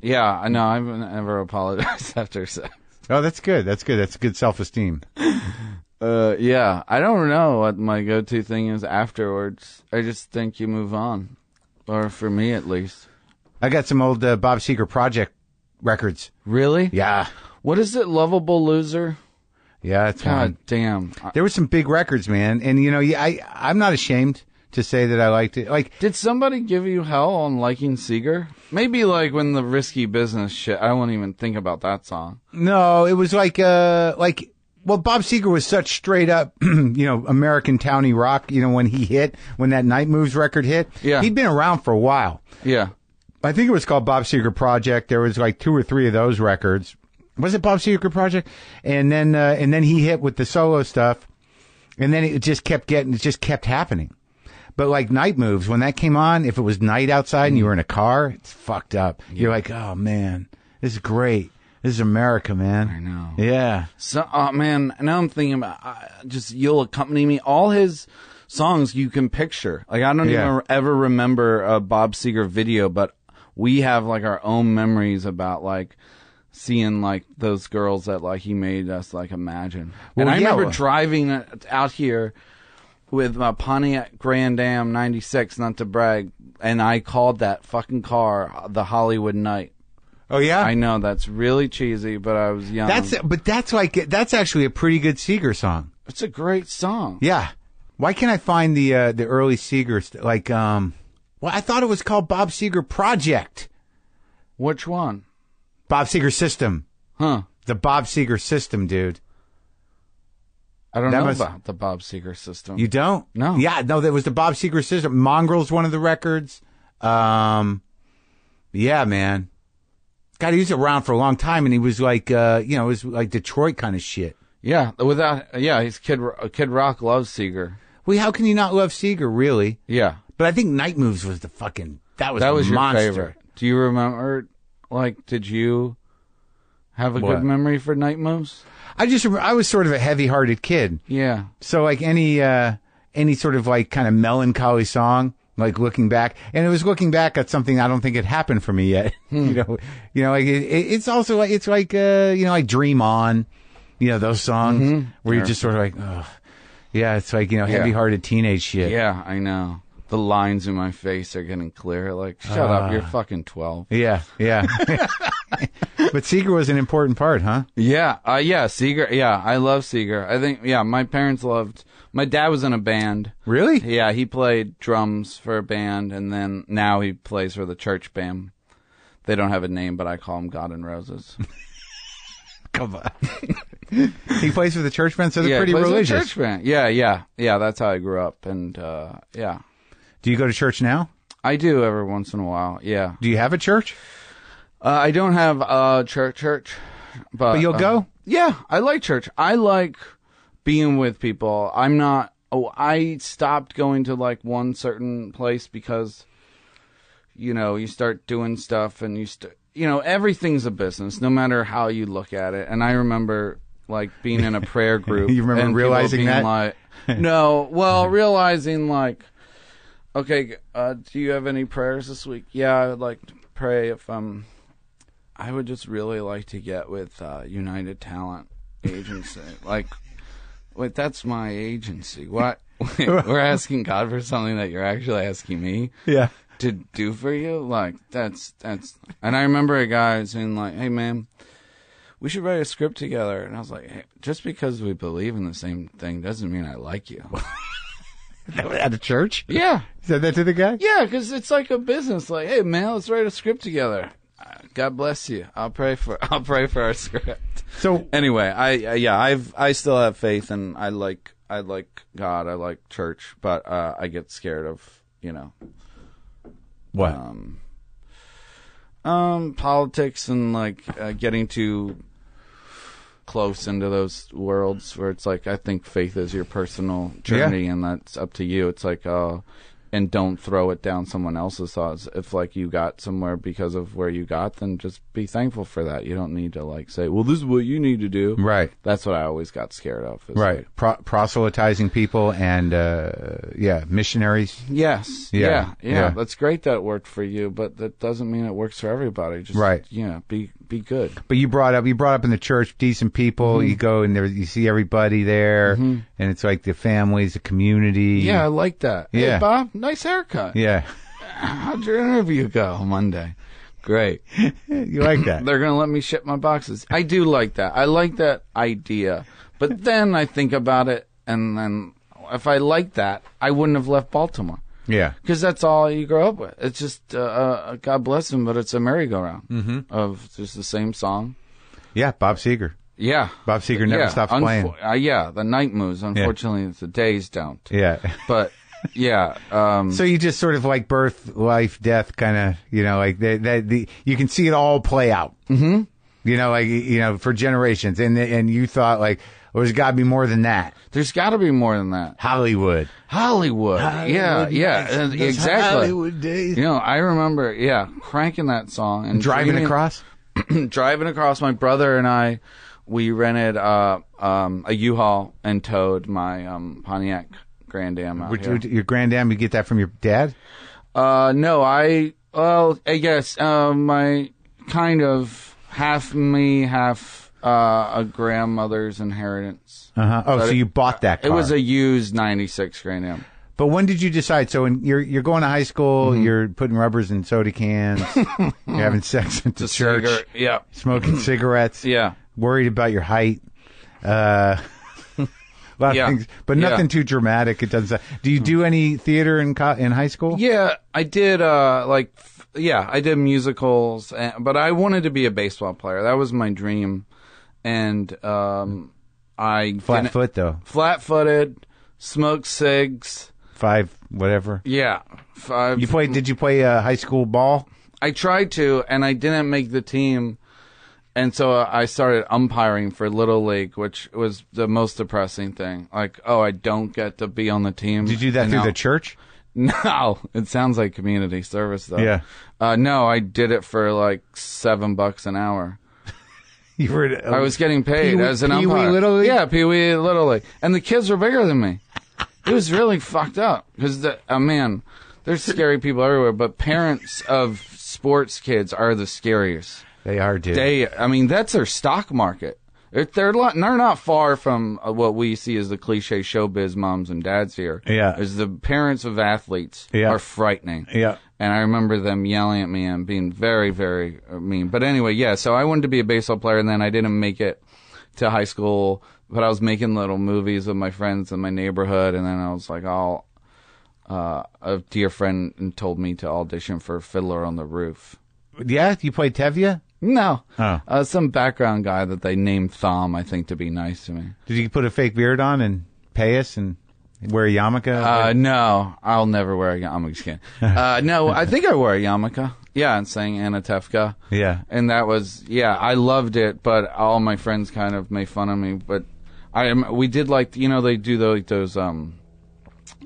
Yeah, I know. I've never apologized [laughs] after sex.
Oh, that's good. That's good. That's good self-esteem.
Uh, yeah, I don't know what my go-to thing is afterwards. I just think you move on, or for me at least.
I got some old uh, Bob Seger project records.
Really?
Yeah,
What is it? Lovable loser?
yeah. It's
God
fun.
damn! I-
There were some big records, man, and you know, yeah, I I'm not ashamed to say that I liked it. Like,
Did somebody give you hell on liking Seeger? Maybe like when the risky business shit. I won't even think about that song.
no, it was like uh like. Well, Bob Seger was such straight up, [clears throat] you know, American towny rock. You know, when he hit, when that Night Moves record hit,
Yeah.
he'd been around for a while.
Yeah,
I think it was called Bob Seger Project. There was like two or three of those records. Was it Bob Seger Project? And then uh, and then he hit with the solo stuff, and then it just kept getting, it just kept happening. But like night moves, when that came on, if it was night outside and you were in a car, it's fucked up. You're like, oh man, this is great. This is America, man. I
know.
Yeah.
So, oh man, now I'm thinking about uh, just you'll accompany me. All his songs you can picture. Like I don't
Yeah.
even ever remember a Bob Seger video, but we have like our own memories about like seeing like those girls that like he made us like imagine.
Well,
and I
yeah.
remember driving uh, out here with my Pontiac Grand Am '96, not to brag, and I called that fucking car uh, the Hollywood Night.
Oh yeah.
I know that's really cheesy, but I was young.
that's but that's like that's actually a pretty good Seger song.
it's a great song.
Yeah. Why can't I find the uh, the early Seeger st- like um well I thought it was called Bob Seeger Project.
Which one?
Bob Seeger System.
Huh.
The Bob Seeger System, dude.
I don't
That
know
must-
about the Bob Seger system.
You don't?
No.
Yeah, no, that was the Bob Seeger System. Mongrel's one of the records. Um Yeah, man. God, he was around for a long time and he was like uh you know, it was like Detroit kind of shit.
yeah, without yeah, he's Kid Ro- Kid Rock loves Seger.
Well, how can you not love Seeger, really?
Yeah,
But I think Night Moves was the fucking that was
that
a
was your
monster.
favorite. Do you remember? Like, did you have a
What?
good memory for night moves?
I just remember, I was sort of a heavy-hearted kid.
Yeah,
So like any uh any sort of like kind of melancholy song, like looking back, and it was looking back at something I don't think had happened for me yet. [laughs] you know, you know, like it, it- it's also like it's like uh you know like Dream On, you know those songs where you're just sort of like, oh, Mm-hmm. yeah, it's like you know heavy-hearted teenage shit.
yeah, I know. The lines in my face are getting clear. Like, shut up,
Ah.
you're fucking twelve.
Yeah, yeah. [laughs] but Seeger was an important part, huh?
Yeah, uh, yeah, Seeger. Yeah, I love Seeger. I think yeah, my parents loved. My dad was in a band.
Really?
Yeah, he played drums for a band, and then now he plays for the church band. They don't have a name, but I call him God and
[laughs]
Roses.
Come on. [laughs] he plays for the church band, so they're
yeah, he
pretty
plays in the
religious.
church band. Yeah, yeah, yeah. That's how I grew up, and uh, yeah,
Do you go to church now?
I do every once in a while. Yeah.
Do you have a church?
Uh, I don't have uh church church, but,
But you'll
uh,
go?
Yeah, I like church. I like being with people. I'm not. Oh, I stopped going to like one certain place because, you know, you start doing stuff and you start. You know, everything's a business, no matter how you look at it. And I remember like being in
[laughs]
a prayer group.
You remember
and people
realizing
being
that? [laughs]
Like, no, well, realizing like Okay, uh, do you have any prayers this week? Yeah, I would like to pray if um, I would just really like to get with uh, United Talent
[laughs]
Agency. like, wait, that's my
[laughs]
agency. What? Wait, we're asking God for something that you're actually asking me
Yeah.
to do for you? Like, that's that's. And I remember a guy saying like, "Hey, man." We should write a script together, and I was like, hey, "Just because we believe in the same thing doesn't mean I like you."
[laughs] At a church?
yeah,
Said that to the guy?
yeah, because it's like a business. Like, hey man, let's write a script together. Uh, God bless you. I'll pray for. [laughs] I'll pray for our script.
So
Anyway, I uh, yeah, I've I still have faith, and I like I like God. I like church, but uh, I get scared of you know
what?
um um politics and like uh, getting too close into those worlds where it's like I think faith is your personal journey and that's up to you. It's like uh and don't throw it down someone else's thoughts. If like you got somewhere because of where you got, then just be thankful for that. You don't need to like say, "Well, this is what you need to do."
Right.
That's what I always got scared of. is,
Right.
like,
Pro- proselytizing people and uh, yeah, missionaries.
Yes.
Yeah.
Yeah. Yeah.
Yeah.
That's great that it worked for you, but that doesn't mean it works for everybody. Just
Right.
Yeah. Be be good.
But you brought up you brought up in the church decent people.
Mm-hmm.
You go and there you see everybody there, and it's like the families, the community.
Yeah, I like that.
Yeah.
Hey, Bob, nice haircut.
yeah. [laughs]
How'd your interview go Monday? Great.
you like that?
[coughs] They're gonna let me ship my boxes. I do like that. I like that idea. But then I think about it, and then if I liked that, I wouldn't have left Baltimore.
yeah.
because that's all you grow up with. It's just uh, uh, God bless him, but it's a merry-go-round
Mm-hmm.
of just the same song.
Yeah. Bob Seger.
Yeah,
Bob Seger never
yeah.
stops
Unfo-
playing.
Uh, yeah, the night moves. Unfortunately, the days don't.
Yeah.
But yeah, um,
So you just sort of like birth, life, death, kind of, you know, like that. that the, you can see it all play out. Mm-hmm. You know, like you know, for generations, and and you thought like, oh, there's got to be more than that.
there's got to be more than that.
Hollywood.
Hollywood. yeah, yeah, and exactly.
days.
You know, I remember, yeah, cranking that song and
Driving
dreaming-
across.
[clears throat] driving across. My brother and I, we rented uh, um, a U-Haul and towed my um, Pontiac Grand Am out
Would,
here.
would your granddam, you get that from your dad?
Uh, no, I well, I guess uh, my kind of half me, half uh, a grandmother's inheritance.
Uh-huh. Oh, so
it-
you bought that
It
car.
was a used '96 Grand Am.
but when did you decide? So when you're you're going to high school,
Mm-hmm.
you're putting rubbers in soda cans,
[laughs]
you're having sex at the church,
Cigar- Yeah,
smoking cigarettes,
yeah.
worried about your height, uh, [laughs] a lot
Yeah.
of things, but
Yeah.
nothing too dramatic. It doesn't. sound- Do you do any theater in co- in high school?
Yeah, I did. Uh, like, f- yeah, I did musicals, and, but I wanted to be a baseball player. That was my dream, and um, I
Flat foot though,
flat-footed, smoked cigs.
five whatever.
Yeah, five.
You played? Did you play uh, high school ball?
I tried to, and I didn't make the team. And so uh, I started umpiring for Little League, which was the most depressing thing. Like, oh, I don't get to be on the team.
Did you do that
And
through
now-
the church? [laughs]
[laughs] No, it sounds like community service though.
Yeah.
Uh, no, I did it for like seven bucks an hour.
You were. oh,
I was getting paid
Pee-wee-
as an
Pee-wee
umpire.
Little League?
Yeah, Pee Wee Little League, and the kids were bigger than me. It was really fucked up because uh, man, there's scary people everywhere, but parents of sports kids are the scariest.
They are, dude.
They, I mean, that's their stock market. They're they're, lot, they're not far from uh, what we see as the cliche showbiz moms and dads here.
Yeah.
is the parents of athletes
Yeah.
are frightening.
yeah.
And I remember them yelling at me and being very, very uh, mean. But anyway, yeah, so I wanted to be a baseball player and then I didn't make it to high school, but I was making little movies with my friends in my neighborhood. And then I was like, I'll, uh, a dear friend told me to audition for Fiddler on the Roof.
Yeah, you played Tevye.
No.
Oh.
Uh, some background guy that they named Thom, I think, to be nice to me.
Did you put a fake beard on and pay us and Wear a yarmulke?
Uh, no, I'll never wear a yarmulke again. Uh, no, I think I wore a yarmulke. Yeah, and sang Anna Tefka.
yeah.
And that was, yeah, I loved it, but all my friends kind of made fun of me. But I am, we did like, you know, they do the, like those, um,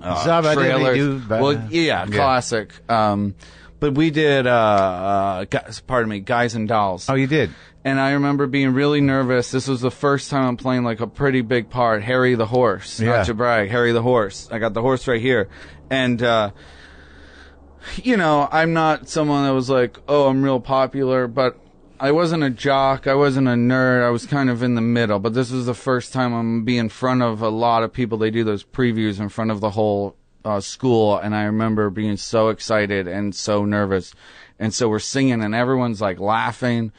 uh,
Somebody
trailers.
do, but-
well, yeah,
Yeah.
classic. Um, but we did, uh, uh, guys, pardon me, Guys and Dolls.
Oh, you did?
And I remember being really nervous. This was the first time I'm playing like a pretty big part. Harry the horse,
Yeah.
not to brag. Harry the horse. I got the horse right here, and uh, you know I'm not someone that was like, oh, I'm real popular, but I wasn't a jock. I wasn't a nerd. I was kind of in the middle. But this was the first time I'm be in front of a lot of people. They do those previews in front of the whole uh, school, and I remember being so excited and so nervous. And so we're singing, and everyone's like laughing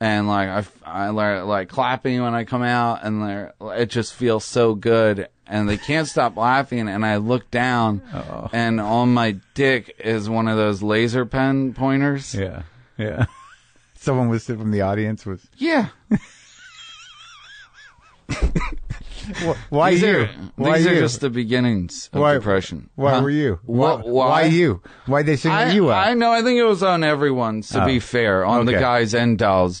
and like I, f- I learn like clapping when I come out, and they're- it just feels so good. And they can't stop laughing, and I look down,
Oh.
and on my dick is one of those laser pen pointers.
Yeah. Yeah. [laughs] Someone listed from the audience was,
Yeah,
Wh- why
these
you?
are
why
these
you?
are just the beginnings of depression.
Why
Huh?
were you?
Wha-
why,
why?
you? Why they sing
I,
you
I
out?
know. I think it was on everyone's. To be fair, on the
Okay.
guys and dolls'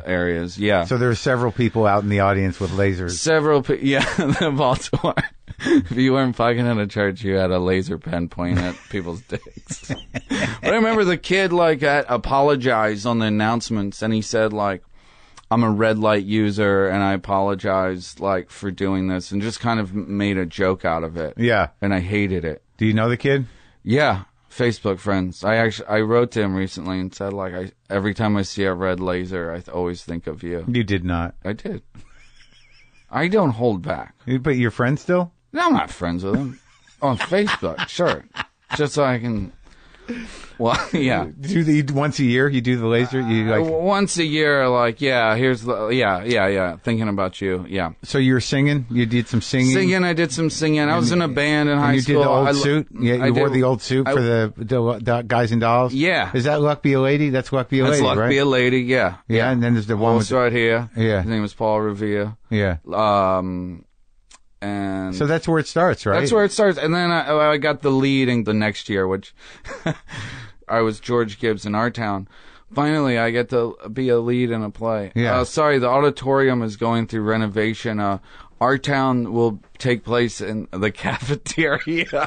Okay.
areas. Yeah.
so there were several people out in the audience with lasers.
Several, pe- [laughs] yeah, the Baltimore. [laughs] if you weren't fucking at a church, you had a laser pen pointing at [laughs] people's dicks. but I remember the kid like that apologized on the announcements, and he said like, "I'm a red light user, and I apologize like for doing this," and just kind of made a joke out of it.
Yeah.
and I hated it.
Do you know the kid?
Yeah, Facebook friends. I actually I wrote to him recently and said like, I every time I see a red laser, I th- always think of you.
You did not.
I did. I don't hold back.
You- But your friend still?
No, I'm not friends with him.
[laughs]
On Facebook, sure. Just so I can. Well, [laughs] yeah.
Do the once a year you do the laser? You like
Once a year, like, yeah, here's the. Yeah, yeah, yeah. Thinking about you. Yeah.
so you were singing? You did some singing.
Singing, I did some singing. I was in a band in high
And you
school.
did the old
I lo-
suit. Yeah, you
I
wore
did-
the old suit
I-
for the, the, the guys and dolls.
Yeah.
Is that luck be a lady? That's luck be a
That's
lady,
Luck
right?
Be a Lady, yeah.
yeah, and then there's the one with
Almost right here.
Yeah.
His name was Paul Revere.
yeah.
Um, and.
So that's where it starts, right?
That's where it starts. And then I, I got the lead in the next year, which [laughs] I was George Gibbs in our town. Finally, I get to be a lead in a play.
Yeah.
Uh, sorry, the auditorium is going through renovation. Uh, our town will take place in the [laughs] cafeteria.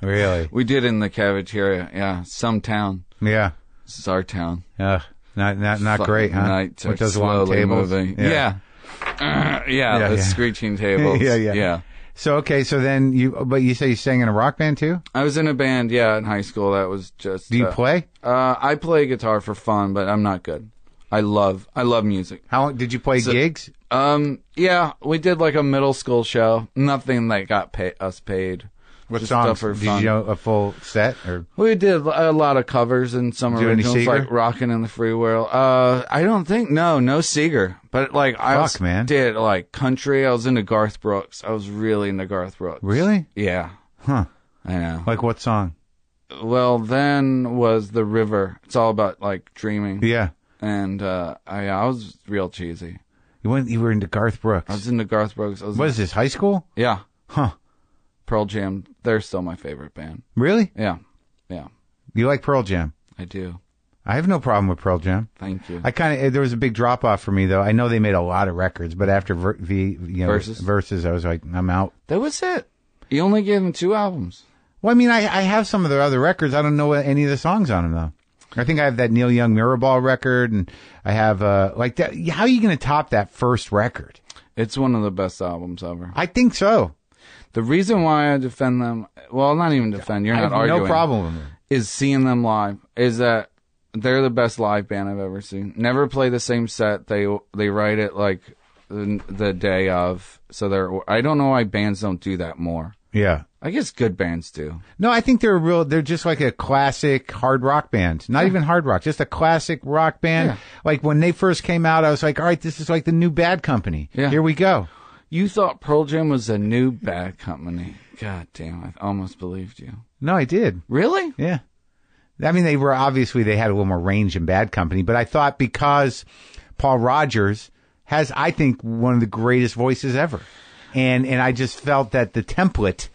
really.
we did in the cafeteria. Yeah, some town.
Yeah.
This is our town.
Ugh. not not not
Fucking
great, huh?
Nights are
With those
slowly
long tables.
moving. Yeah. [clears throat] Yeah. the
yeah. [laughs]
screeching tables.
Yeah, yeah.
Yeah.
So okay, so then you but you say you sang in a rock band too?
I was in a band, yeah, in high school. That was just.
Do you
uh,
play?
Uh, I play guitar for fun, but I'm not good. I love I love music.
How did you play gigs?
Um, yeah, we did like a middle school show. Nothing that got pay- us paid.
What
Just
songs?
stuff for
Did
fun.
you know a full set or
We did a lot of covers and some
you do any
originals,
Seeger?
like "Rockin' in the Free World." Uh, I don't think no, no Seeger, but like I
Fuck,
was-
man.
did like country. I was into Garth Brooks. I was really into Garth Brooks.
Really?
Yeah,
Huh.
I know.
Like what song?
Well, then was the river. It's all about like dreaming,
Yeah.
and uh, I I was real cheesy.
You went you were into Garth Brooks.
I was into Garth Brooks. I was,
what is this, high school?
Yeah,
Huh.
Pearl Jam. They're still my favorite band.
Really?
Yeah, yeah,
You like Pearl Jam?
I do.
I have no problem with Pearl Jam.
Thank you.
I kind of there was a big drop off for me though. I know they made a lot of records, but after ver, v, you know,
Versus?
verses, I was like, I'm out.
that was it. You only gave them two albums.
Well, I mean, I, I have some of their other records. I don't know what any of the songs on them though. I think I have that Neil Young Mirrorball record, and I have uh like that. How are you going to top that first record?
It's one of the best albums ever.
I think so.
The reason why I defend them, well, not even defend. You're
I
not
have
arguing.
no problem with them.
Is seeing them live. Is that they're the best live band I've ever seen. Never play the same set. They they write it like the, the day of. So they're. I don't know why bands don't do that more.
Yeah.
I guess good bands do.
No, I think they're a real. They're just like a classic hard rock band. Not even hard rock, just a classic rock band. Like when they first came out, I was like, all right, this is like the new Bad Company.
Yeah.
Here we go.
You thought Pearl Jam was a new bad company. God damn, I almost believed you.
No, I did.
Really?
Yeah. I mean, they were obviously they had a little more range in Bad Company, but I thought because Paul Rogers has, I think, one of the greatest voices ever. and and I just felt that the template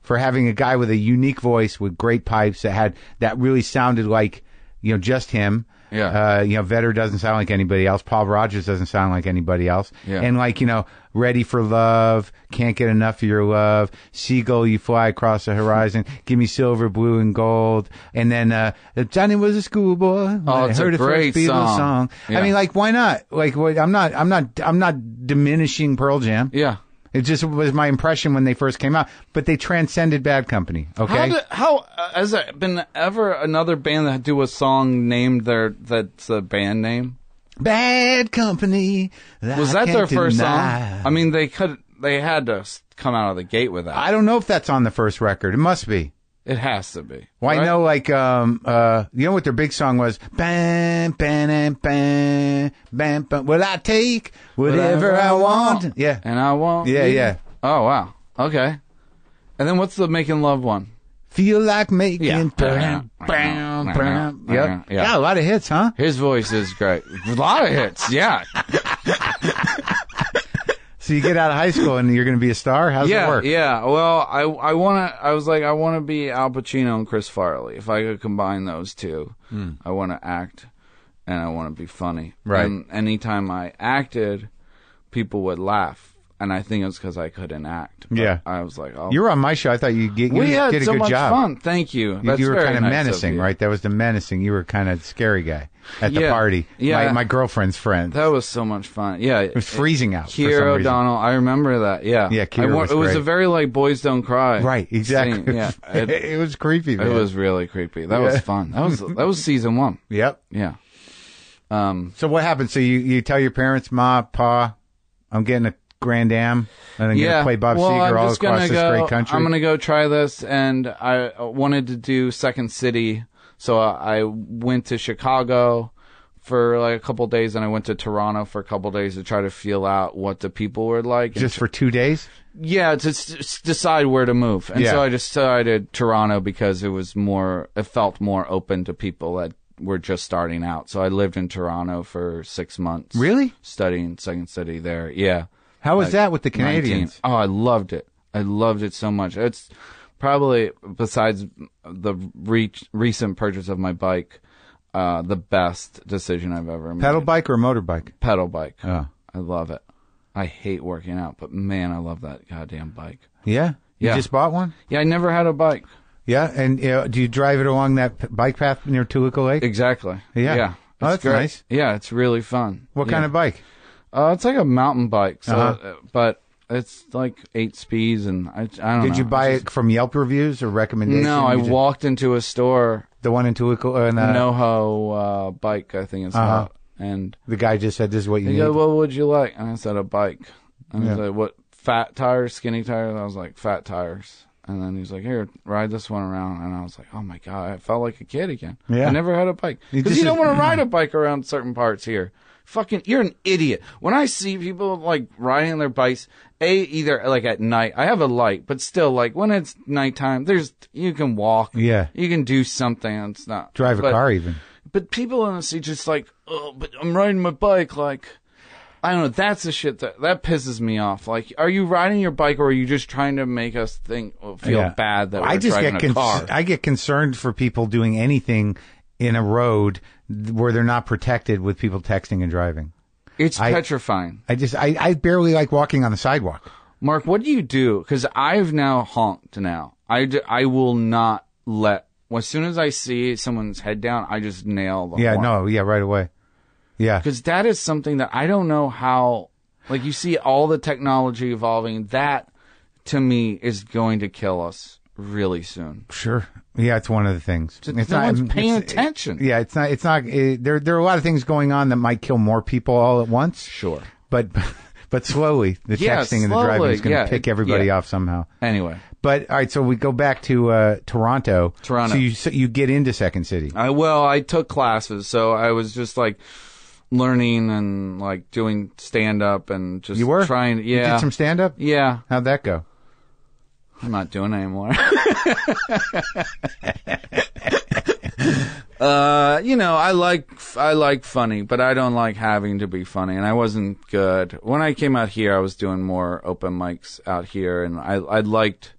for having a guy with a unique voice with great pipes that had that really sounded like you know just him.
Yeah.
Uh, you know, Vetter doesn't sound like anybody else. Paul Rogers doesn't sound like anybody else.
Yeah.
And like you know, ready for love, can't get enough of your love. Seagull, you fly across the
[laughs]
horizon. Give me silver, blue, and gold. And then uh, Johnny was a schoolboy.
Oh, it's
I
a
heard
great
first Beatles
song.
song.
Yeah.
I mean, like, why not? Like, what, I'm not, I'm not, I'm not diminishing Pearl Jam.
Yeah.
It just was my impression when they first came out, but they transcended Bad Company. Okay,
How, did, how uh, has there been ever another band that do a song named their that's a band name?
Bad Company. that
Was
I
that their
can't
first
deny.
song? I mean, they could they had to s- come out of the gate with that.
I don't know if that's on the first record. It must be.
it has to be.
Well, I
right?
know, like, um, uh, you know what their big song was? Bam, bam, bam, bam, bam. Will I take whatever, I want? Yeah.
and I won't.
Yeah, yeah.
Oh wow. Okay. And then what's the making love one?
Feel like making
Yeah.
bam, bam, bam. Yep.
Yeah.
Yeah, a lot of hits, huh?
His voice is great. A lot of hits. Yeah.
So you get out of high school and you're going to be a star? How's
yeah.
it work?
Yeah. Well, I I want to. I was like, I want to be Al Pacino and Chris Farley. If I could combine those two, I want to act, and I want to be funny.
Hmm. Right.
And anytime I acted, people would laugh, and I think it's because I couldn't act. But
Yeah.
I was like, oh,
You were on my show. I thought you, get, you
we had
did a
so
good
much
job.
fun. Thank you.
You,
That's
you were
very
kind of
nice
menacing,
you.
right? That was the menacing. You were kind of scary guy at the
Yeah.
party.
Yeah.
My, my girlfriend's friend.
That was so much fun. Yeah.
it was freezing out. for some
Kier
reason.
O'Donnell. I remember that. Yeah.
Yeah, Keir
I wa-
was
It was a
great.
very like boys don't cry.
[laughs] Right, exactly.
scene. Yeah.
[laughs] it,
It,
was creepy.
it
man.
was really creepy. That was
Yeah.
fun. That was that was season one.
Yep.
Yeah. Um.
So what happened? So you, you tell your parents, Ma, Pa, I'm getting a Grand Am, and I'm
yeah.
gonna play Bob
well,
Seger
I'm
all
just
across
gonna
this
go,
great country.
I'm gonna go try this, and I uh, wanted to do Second City, so I, I went to Chicago for like a couple days, and I went to Toronto for a couple days to try to feel out what the people were like. and
just for two days.
Yeah, to s- s- decide where to move. And
Yeah.
so I decided Toronto because it was more, it felt more open to people that were just starting out. So I lived in Toronto for six months.
Really?
Studying Second City there. Yeah.
How was that with the Canadians?
19. Oh, I loved it. I loved it so much. It's probably, besides the re- recent purchase of my bike, uh, the best decision I've ever made.
Pedal bike or motorbike?
Pedal bike.
Oh.
I love it. I hate working out, but man, I love that goddamn bike.
Yeah. You
Yeah.
just bought one.
Yeah, I never had a bike.
Yeah. And uh, do you drive it along that p- bike path near Tulica Lake?
Exactly.
Yeah.
Yeah.
Oh,
It's
that's nice.
Yeah, it's really fun.
what kind of bike?
Uh, it's like a mountain bike, so
Uh-huh.
uh but it's like eight speeds, and I, I don't.
Did you
know.
buy
It's
it from Yelp reviews or
just-
recommendations?
No, I
You just-
walked into a store,
the one in Tulica, and uh,
NoHo uh, bike, I think it's
Uh-huh.
called, and
the guy just said, "This is what you
he
need."
goes, "What would you like?" And I said, "A bike." And
Yeah.
he's like, "What? Fat tires, skinny tires?" And I was like, "Fat tires." And then he's like, "Here, ride this one around." And I was like, "Oh my god, I felt like a kid again."
Yeah.
I never had a bike
You
because
just-
you
[laughs]
don't want to ride a bike around certain parts here. Fucking, you're an idiot. When I see people like riding their bikes, a either like at night, I have a light, but still, like when it's nighttime, there's you can walk,
Yeah.
you can do something. It's not
Drive a
but-
car, even.
but people in the seat just like, oh, but I'm riding my bike. Like, I don't know. That's the shit that that pisses me off. Like, are you riding your bike or are you just trying to make us think oh, feel
Yeah.
bad that we're
I just
driving
get
a
con-
car?
I get concerned for people doing anything in a road th- where they're not protected with people texting and driving.
it's
I-
petrifying.
I just I, I barely like walking on the sidewalk.
Mark, what do you do? Because I've now honked. Now I d- I will not let. Well, as soon as I see someone's head down, I just nail the
Yeah, no, yeah, right away. Yeah.
Because that is something that I don't know how. Like you see all the technology evolving. That to me is going to kill us really soon.
Sure. Yeah, it's one of the things.
It's,
It's
no one's
it's-
paying
it-
attention.
yeah, it's not. It's not. It, there, there are a lot of things going on that might kill more people all at once.
Sure.
But, [laughs] but slowly, the
Yeah,
texting and the driving is
slowly,
going to
yeah,
pick
it-
everybody
yeah.
off somehow.
Anyway,
But all right, so we go back to uh, Toronto.
Toronto.
So you so you get into Second City.
I well, I took classes, so I was just like learning and like doing stand up and just
You were
trying. Yeah,
You did some stand up.
yeah.
How'd that go?
I'm not doing it anymore. Uh, you know, I like I like funny, but I don't like having to be funny, and I wasn't good when I came out here. I was doing more open mics out here, and I I liked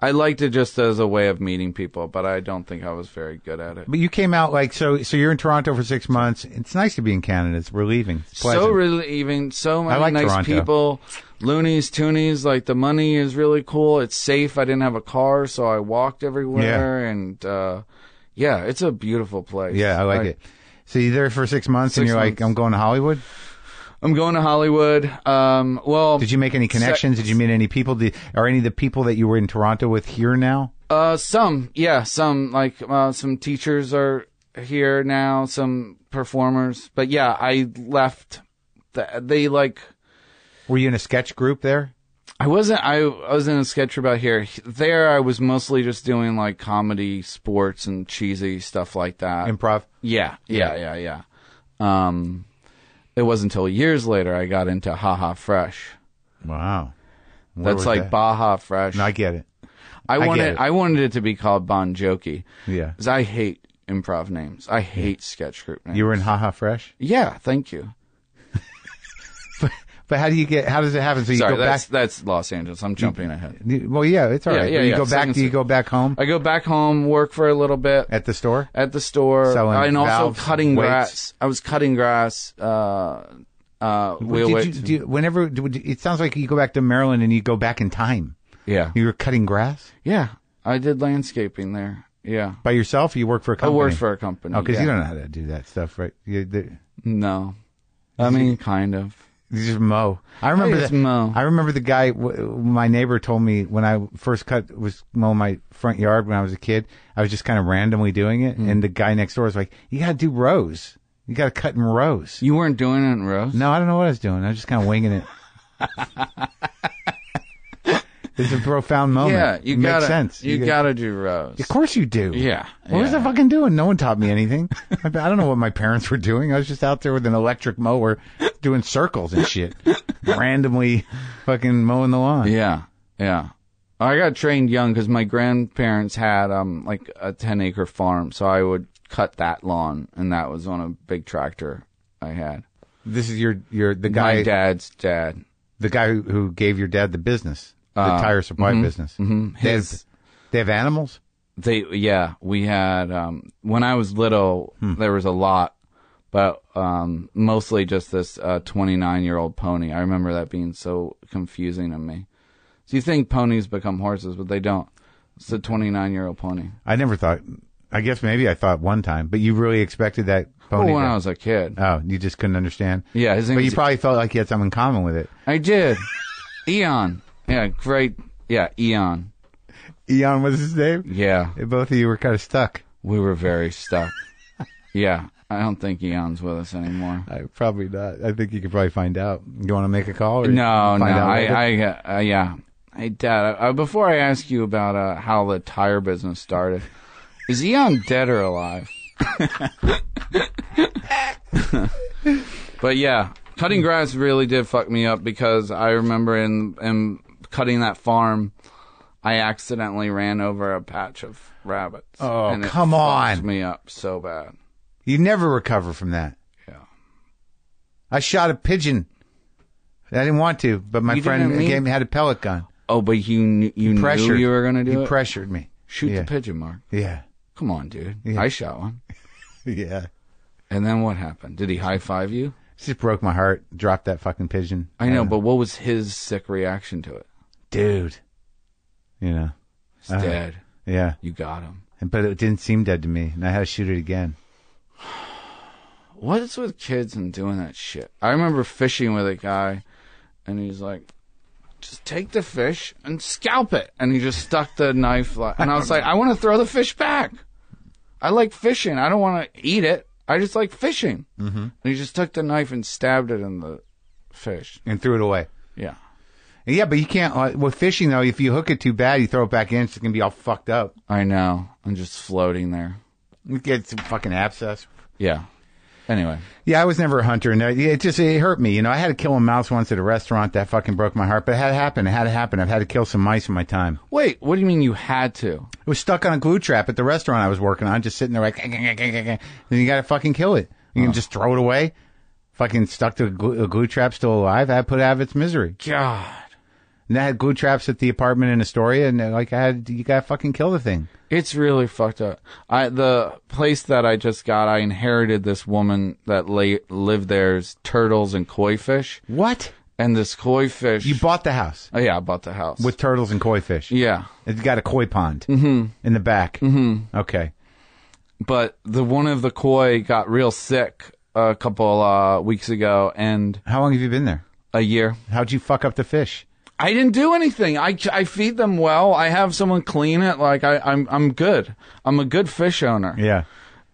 I liked it just as a way of meeting people, but I don't think I was very good at it.
But you came out like so. So you're in Toronto for six months. It's nice to be in Canada. It's relieving. It's
So
pleasant.
relieving. So many
like
nice
Toronto.
people. Loonies, toonies. Like the money is really cool. It's safe. I didn't have a car, so I walked everywhere. And uh, yeah, it's a beautiful place.
yeah, I like it. So you're there for six months, and
Six
you're like,
months.
I'm going to Hollywood.
I'm going to Hollywood. Um, well,
Did you make any connections? Did you meet any people? Did, are any of the people that you were in Toronto with here now?
Uh, some, yeah, some like uh, some teachers are here now, some performers. But yeah, I left. The, they like
Were you in a sketch group there?
I wasn't. I, I was in a sketch about here. There, I was mostly just doing like comedy, sports, and cheesy stuff like that.
Improv.
yeah, yeah, yeah, yeah. Um, it wasn't until years later I got into Haha Fresh.
Wow. Where
That's
was
like
that?
Baja Fresh.
I get it.
I
get
wanted.
it.
I wanted it to be called Bon Joki.
Yeah.
'Cause I hate improv names. I hate sketch group names.
You were in Haha Fresh.
yeah, thank you.
But how do you get? How does it happen? So you
Sorry,
go back.
that's that's Los Angeles. I'm jumping ahead.
Well, yeah, it's all
Yeah,
right.
yeah,
But you
yeah,
go back.
second
Do you
se-
go back home
I go back home, work for a little bit at,
at the store?
the store,
Selling
and also
valves,
cutting
weights.
grass. I was cutting grass. Uh, uh, wheel
Did you,
weights.
do you, whenever do- do- it sounds like you go back to Maryland and you go back in time.
yeah,
You were cutting grass
yeah. I did landscaping there. Yeah,
by yourself. Or you work for a
I
company.
worked for a company.
Oh, because
yeah.
you don't know how to do that stuff, right? You, the-
No, I mean, kind of.
you just mow. I remember
just
the-
mow.
I remember the guy. W- my neighbor told me when I first cut was mowing my front yard when I was a kid. I was just kind of randomly doing it,
Hmm.
and the guy next door was like, "You got to do rows. You got to cut in rows."
You weren't doing it in rows.
No, I don't know what I was doing. I was just kind of winging
[laughs]
it. it's a profound moment.
Yeah, you
It makes
gotta.
sense.
You, gotta do rows.
Of course you do.
Yeah,
What was
yeah.
I fucking doing? No one taught me anything. [laughs] I don't know what my parents were doing. I was just out there with an electric mower doing circles and
[laughs]
shit, randomly fucking mowing the lawn.
Yeah, yeah. I got trained young because my grandparents had um like a ten acre farm, so I would cut that lawn, and that was on a big tractor I had.
This is your your the
My
guy
dad's dad.
the guy who, who gave your dad the business, the
Uh,
tire supply business.
Mm-hmm.
They, have,
His,
they have animals.
they yeah, we had um when I was little
Hmm.
there was a lot, but um mostly just this uh twenty nine year old pony. I remember that being so confusing to me. So you think ponies become horses, but they don't. It's a twenty nine year old pony.
I never thought. I guess maybe I thought one time, but you really expected that
Well,
pony.
when
to-
I was a kid.
oh, you just couldn't understand.
Yeah, his name
But
was
you probably felt like you had something in common with it.
I did. Eon. Yeah, great. Yeah, Eon.
Eon was his name.
Yeah,
Both of you were kind of stuck.
we were very stuck. yeah, I don't think Eon's with us anymore.
I probably not. I think you could probably find out. You want to make a call? Or
No,
find
no,
out
I,
later?
I, uh, yeah. Hey, Dad, uh, before I ask you about uh, how the tire business started, is Eon dead or alive? but yeah, cutting grass really did fuck me up because I remember in, in cutting that farm, I accidentally ran over a patch of rabbits.
Oh,
and it
come
fucked
on.
me up so bad.
you never recover from that.
Yeah.
I shot a pigeon. I didn't want to, but my
You
friend
didn't mean-
gave me had a pellet gun.
Oh, but you kn- you knew
Pressured.
you were gonna do
He
it.
pressured me.
Shoot
yeah.
the pigeon, Mark.
Yeah, [laughs]
Come on, dude.
Yeah.
I shot one.
yeah.
And then what happened? Did he high five you?
Just broke my heart. Dropped that fucking pigeon.
I know, but what was his sick reaction to it?
dude. You know.
It's dead.
Yeah,
You got him.
but it didn't seem dead to me, and I had to shoot it again.
What is with kids and doing that shit? I remember fishing with a guy, and he's like, "Just take the fish and scalp it," and he just stuck the knife. Li- and I was like, "I want to throw the fish back. I like fishing. I don't want to eat it. I just like fishing." Mm-hmm. And he just took the knife and stabbed it in the fish.
and threw it away.
Yeah.
Yeah, but you can't uh, with fishing though. If you hook it too bad, you throw it back in, it's gonna be all fucked up.
I know. I'm just floating there.
You get some fucking abscess.
Yeah. Anyway,
Yeah, I was never a hunter, and it it just it hurt me. You know, I had to kill a mouse once at a restaurant. That fucking broke my heart. But it had to happen. It had to happen. I've had to kill some mice in my time.
wait. What do you mean you had to?
It was stuck on a glue trap at the restaurant I was working on, just sitting there like, then you got to fucking kill it. You can just throw it away. Fucking stuck to a glue, a glue trap, still alive. I had to put it out of its misery.
God,
And I had glue traps at the apartment in Astoria, and uh, like I had, you got to fucking kill the thing.
it's really fucked up. I the place that I just got, I inherited this woman that lay, lived there's turtles and koi fish,
What?
and this koi fish.
You bought the house
oh, yeah, I bought the house
with turtles and koi fish.
yeah.
It's got a koi pond in the back. Mm-hmm. Okay.
but the one of the koi got real sick a couple uh, weeks ago and
How long have you been there?
a year.
How'd you fuck up the fish?
I didn't do anything. I, I feed them well. I have someone clean it. Like I, I'm I'm good. I'm a good fish owner.
Yeah.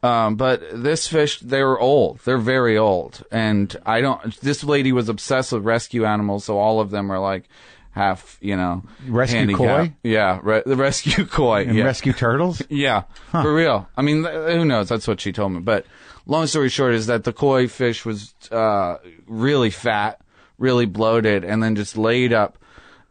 Um, but this fish, they were old. They're very old, and I don't. This lady was obsessed with rescue animals, so all of them are like half, you know,
Rescue
handicapped.
koi?
Yeah, re- the rescue [laughs] koi.
And
yeah.
rescue turtles?
Yeah, for real. I mean, th- who knows? That's what she told me. But long story short is that the koi fish was uh, really fat, really bloated, and then just laid up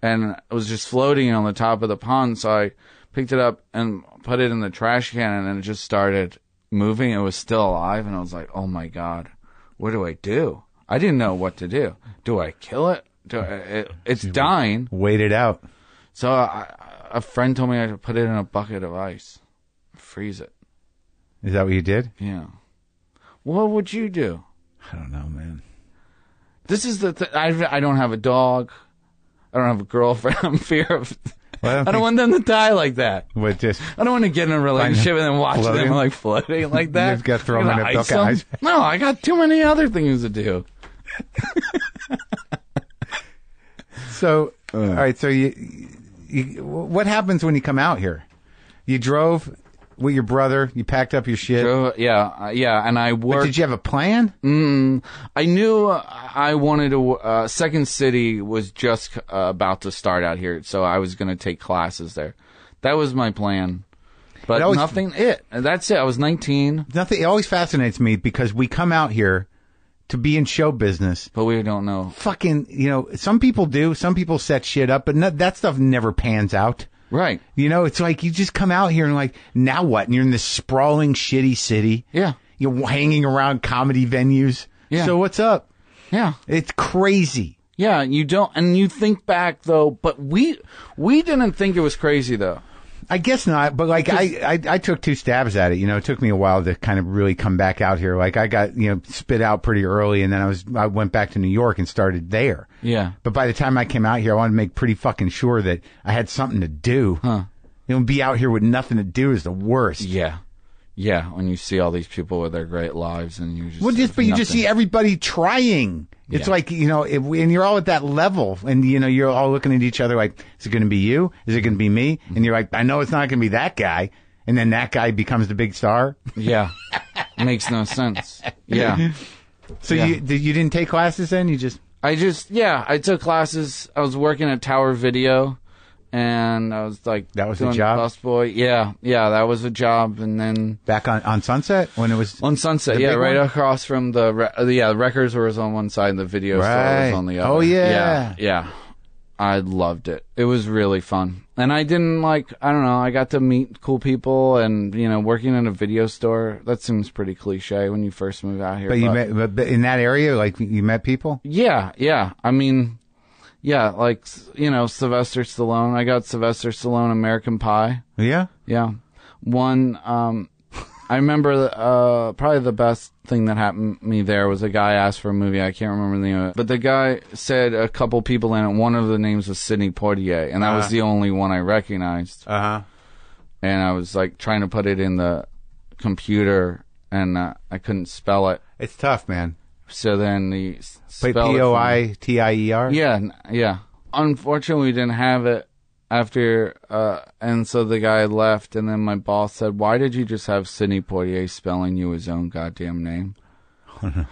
and it was just floating on the top of the pond. So I picked it up and put it in the trash can, and then it just started moving. It was still alive, and I was like, oh my God, what do I do? I didn't know what to do. Do I kill it? Do I, it it's dying.
[laughs] Wait it out.
So I, a friend told me I should put it in a bucket of ice, freeze it.
Is that what you did?
Yeah. What would you do?
I don't know, man.
This is the th- I I don't have a dog. I don't have a girlfriend. [laughs] I'm fear of.
Well, I
I
don't
don't want them to die like that.
But just
I don't want to get in a relationship and then watch
Floating?
them like floating like that.
just gotta throw 'em
Gonna
in a bucket
them?
of ice.
No, I got too many other things to do.
so. all right. So you, you, what happens when you come out here? You drove with your brother. You packed up your shit.
So, yeah, uh, yeah, and I worked.
Did you have a plan?
Mm, I knew uh, I wanted to. Uh, Second City was just uh, about to start out here, so I was going to take classes there. That was my plan, but
That was-
nothing. It that's it. I was nineteen,
Nothing. It always fascinates me because we come out here to be in show business.
but we don't know.
Fucking, you know, some people do. Some people set shit up, but no, that stuff never pans out.
Right?
You know, it's like you just come out here and like, now what? And you're in this sprawling, shitty city.
Yeah.
You're hanging around comedy venues.
Yeah.
So what's up?
Yeah.
It's crazy.
Yeah. You don't, and you think back though, but we we didn't think it was crazy though.
I guess not, but like I, I, I took two stabs at it. You know, it took me a while to kind of really come back out here. Like I got, you know, spit out pretty early and then I was, I went back to New York and started there.
Yeah.
But by the time I came out here, I wanted to make pretty fucking sure that I had something to do. Huh. You know, be out here with nothing to do is the worst.
Yeah. Yeah. When you see all these people with their great lives, and you just
Well, just but you just
nothing.
see everybody trying. It's
Yeah.
like you know, if we, and you're all at that level, and you know, you're all looking at each other like, "Is it going to be you? Is it going to be me?" And you're like, "I know it's not going to be that guy." And then that guy becomes the big star. [laughs]
Yeah. Makes no sense. Yeah.
So you did, you didn't take classes then? You just
I just yeah, I took classes. I was working at Tower Video, and I was like
That was a
doing
job?
busboy. Yeah, yeah, that was a job. And then
back on on Sunset when it was
on Sunset,
The
yeah,
big
right
one?
across from the re- uh, yeah, the records was on one side, and the video store
Right.
was on the other.
Oh, yeah.
yeah, yeah. I loved it. It was really fun, and I didn't like. I don't know. I got to meet cool people, and you know, working in a video store that seems pretty cliche when you first move out here.
but you
but-
met but, but in that area like you met people.
Yeah, yeah. I mean, yeah, like you know, Sylvester Stallone. I got Sylvester Stallone American Pie.
Yeah.
Yeah, one. Um, I remember uh, probably the best thing that happened to me there was a guy asked for a movie. I can't remember the name of it, but the guy said a couple people in it. One of the names was Sidney Poitier, and that
Ah.
was the only one I recognized.
Uh huh.
And I was like trying to put it in the computer, and uh, I couldn't spell it.
It's tough, man.
So then he s-
P
spelled it for me.
o i t i e r.
Yeah, n- yeah. Unfortunately, we didn't have it after, uh, and so the guy left, and then my boss said, "Why did you just have Sidney Poitier spelling you his own goddamn name?" and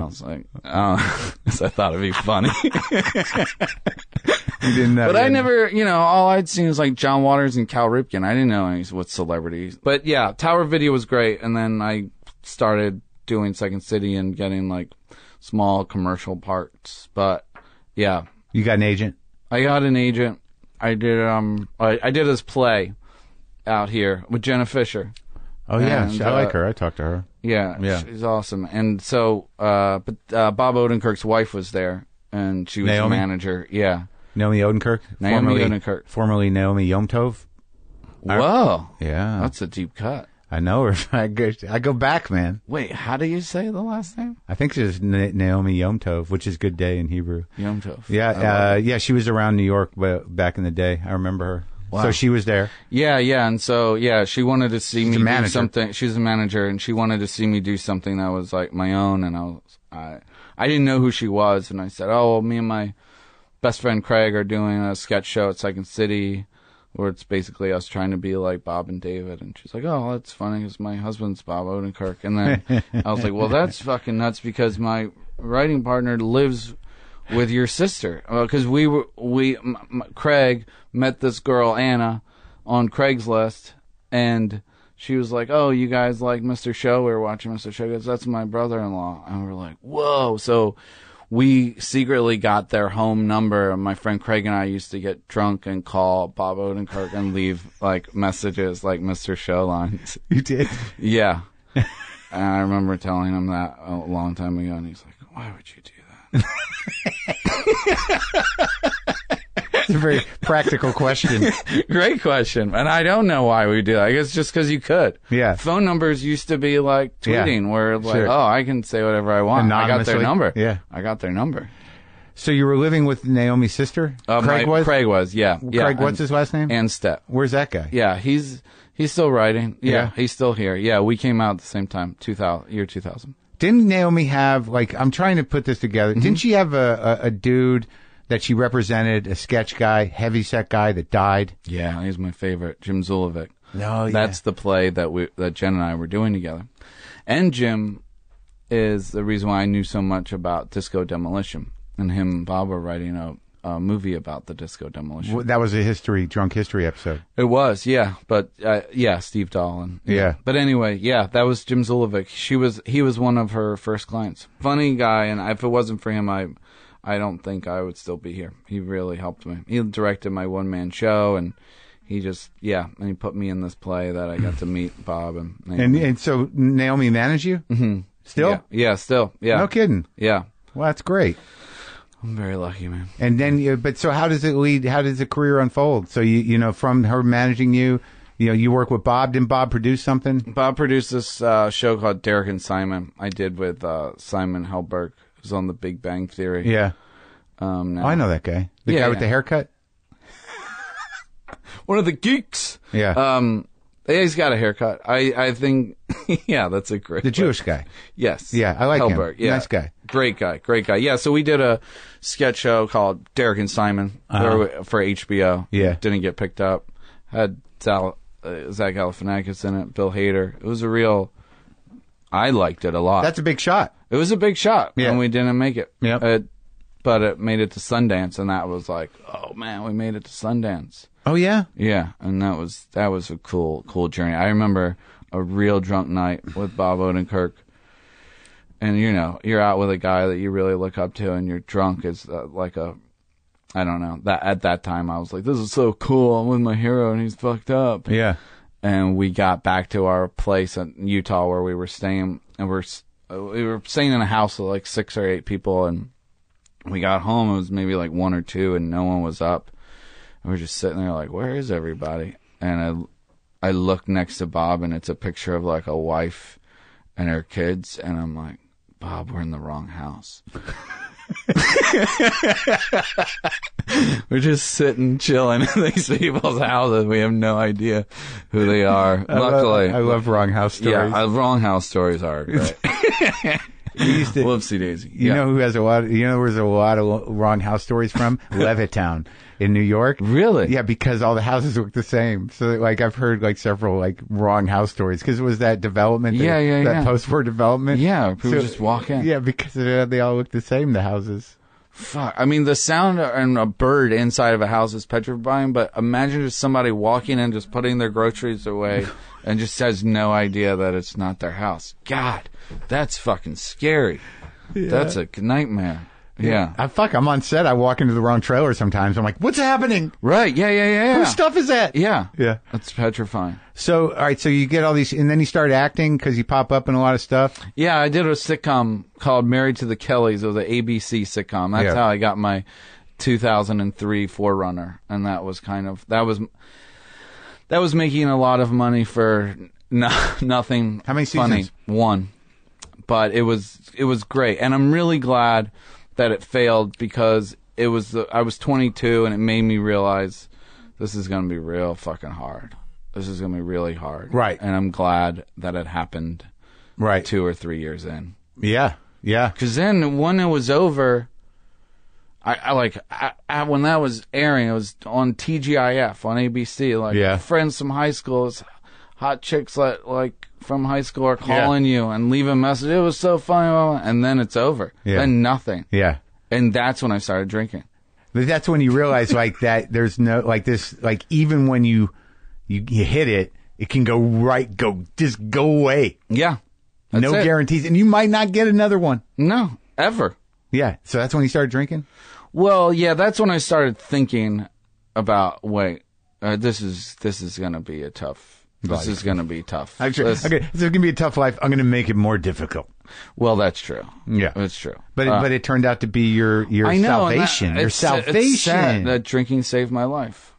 I was like, "Oh," [laughs] 'cause I thought it'd be funny. [laughs]
You didn't know.
but
you
I
didn't-
never, you know, all I'd seen was like John Waters and Cal Ripken. I didn't know any what celebrities. But yeah, Tower Video was great, and then I started doing Second City and getting like small commercial parts. But yeah,
You got an agent?
I got an agent. I did um I, I did his play out here with Jenna Fisher.
Oh yeah,
And,
she- I like
uh,
her. I talked to her.
Yeah,
Yeah.
she's awesome. And so, uh, but uh, Bob Odenkirk's wife was there, and she was
Naomi?
the manager. Yeah.
Naomi Odenkirk.
Naomi
formerly,
Odenkirk.
Formerly Naomi Yom Tov.
Whoa,
Yeah,
that's a deep cut.
I know her. [laughs] I go, I go back, man.
Wait, how do you say the last name?
I think she's Na- Naomi Yom Tov, which is good day in Hebrew.
Yom Tov.
Yeah,
I love
uh, yeah, she was around New York ba- back in the day. I remember her. So she was
[laughs]
there.
Yeah, yeah, and so yeah, she wanted to see
a
me do
manager.
something. She's a manager, and she wanted to see me do something that was like my own. And I was, I, I didn't know who she was, and I said, "Oh, well, me and my best friend Craig are doing a sketch show at Second City, where it's basically us trying to be like Bob and David." And she's like, "Oh, that's funny, because my husband's Bob Odenkirk." And then I was like, "Well, that's fucking nuts, because my writing partner lives." With your sister, because we were we m- m- Craig met this girl Anna, on Craigslist, and she was like, "Oh, you guys like Mr. Show? We were watching Mr. Show. He Goes, that's my brother-in-law." And we are like, "Whoa!" So we secretly got their home number. and My friend Craig and I used to get drunk and call Bob Odenkirk and leave like messages like Mr. Show lines. [laughs]
You did.
Yeah, and I remember telling him that a long time ago, and he's like, "Why would you do that?"
It's a very practical
[laughs]
question.
Great question, and I don't know why we do that. I guess just because you could.
Yeah.
Phone numbers used to be like
Yeah.
tweeting, where like,
Sure.
oh, I can say whatever I want. I got their
Anonymously.
number.
Yeah.
I got their number.
So you were living with Naomi's sister?
Uh,
Craig
my-
was?
Craig was. Yeah. yeah.
Craig, what's his last name?
And Step.
Where's that guy?
Yeah, he's he's still writing. Yeah,
Yeah.
he's still here. Yeah, we came out at the same time, two thousand year two thousand.
Didn't Naomi have, like, I'm trying to put this together.
Mm-hmm.
Didn't she have a, a, a dude that she represented, a sketch guy, heavy set guy that died?
Yeah, he's my favorite, Jim Zulovic.
No, yeah.
That's the play that we that Jen and I were doing together, and Jim is the reason why I knew so much about Disco Demolition, and him and Bob were writing a, a movie about the Disco Demolition.
That was a history, drunk history episode.
It was, yeah, but uh, yeah, Steve Dolan.
Yeah.
but anyway, yeah, that was Jim Zulovic. She was he was one of her first clients. Funny guy, and if it wasn't for him, I. I don't think I would still be here. He really helped me. He directed my one man show and he just yeah, and he put me in this play that I got to meet Bob and
And, and so Naomi managed you? Mm-hmm. Still?
Mm-hmm. Yeah, yeah, still. Yeah.
No kidding.
Yeah.
Well, that's great.
I'm very lucky, man.
And then, you, but so how does it lead? How does the career unfold? So you, you know, from her managing you, you know, you work with Bob. Didn't Bob produce something?
Bob produced this uh, show called Derek and Simon. I did with uh, Simon Helberg, who's on The Big Bang Theory.
Yeah,
Um, now.
I know that guy. The
Yeah,
guy with
yeah.
the haircut.
One of the geeks.
Yeah,
Um, yeah, he's got a haircut. I, I think, [laughs] yeah, that's a great.
the Jewish guy.
Yes.
Yeah, I like him.
Helberg. Yeah.
Nice guy.
Great guy. Great guy. Yeah. So we did a sketch show called Derek and Simon for, for HBO.
Uh-huh. Yeah.
Didn't get picked up. Had Zal, uh, Zach Galifianakis in it. Bill Hader. It was a real. I liked it a lot.
That's a big shot.
it was a big shot,
Yeah.
and we didn't make it.
Yep.
It- but it made it to Sundance, and that was like, oh man, we made it to Sundance.
Oh yeah,
Yeah, and that was that was a cool cool journey. I remember a real drunk night with Bob Odenkirk, and you know you're out with a guy that you really look up to, and you're drunk is uh, like a I don't know that at that time I was like this is so cool. I'm with my hero and he's fucked up.
yeah.
And we got back to our place in Utah where we were staying, and we're s- uh, we were staying in a house with like six or eight people, and we got home it was maybe like one or two, and no one was up. And we're just sitting there like, where is everybody? And I, I look next to Bob and it's a picture of like a wife and her kids. And I'm like, Bob, we're in the wrong house. [laughs] we're just sitting, chilling in these people's houses. We have no idea who they are. Luckily.
I love wrong house stories.
yeah, uh, wrong house stories are great.
[laughs] we used to.
Whoopsie daisy.
You know who has a lot? you know where's a lot of lo- wrong house stories
[laughs]
from? Levittown in New York.
Really?
Yeah, because all the houses look the same. So like I've heard like several like wrong house stories because it was that development.
Yeah,
that,
yeah,
that
yeah.
post-war development.
Yeah, people
So-
just walk in.
Yeah, because they, they all look the same. The houses.
Fuck. I mean, the sound and a bird inside of a house is petrifying, but imagine just somebody walking and just putting their groceries [laughs] away and just has no idea that it's not their house. God, that's fucking scary. That's a nightmare. Yeah.
I fuck. I'm on set. I walk into the wrong trailer sometimes. I'm like, what's happening?
Right. Yeah, yeah, yeah, yeah.
Whose stuff is that?
yeah.
Yeah.
That's petrifying.
So, all right. So you get all these, and then you start acting because you pop up in a lot of stuff.
Yeah, I did a sitcom called Married to the Kellys. It was an ABC sitcom. That's
Yeah.
how I got my 2003 Forerunner, and that was kind of that was that was making a lot of money for [laughs] no, nothing.
How many
funny.
seasons?
One, but it was it was great, and I'm really glad that it failed because it was the, I was 22, and it made me realize this is going to be real fucking hard. This is going to be really hard.
Right.
And I'm glad that it happened
Right.
two or three years in.
Yeah. Yeah.
Because then when it was over, I, I like I, I, when that was airing, it was on TGIF on ABC. Like
Yeah.
friends from high school, it's hot chicks like like from high school are calling you and leave a message. It was so funny, blah, blah, blah. and then it's over.
Yeah.
Then nothing,
Yeah.
and that's when I started drinking.
But that's when you realize
[laughs]
like that there's no like this like even when you you, you hit it it can go right go just go away
Yeah, That's
no
it.
guarantees and you might not get another one
no ever.
yeah so that's when you started drinking
Well, yeah, that's when I started thinking about wait, uh, this is this is gonna be a tough. This
Life.
is gonna be tough.
I'm sure,
This-
okay this is gonna be a tough life I'm gonna make it more difficult
Well, that's true.
Yeah.
that's true.
but
Uh,
it, but it turned out to be your your
I know and that-
salvation your
it's- It's sad
salvation
that drinking saved my life.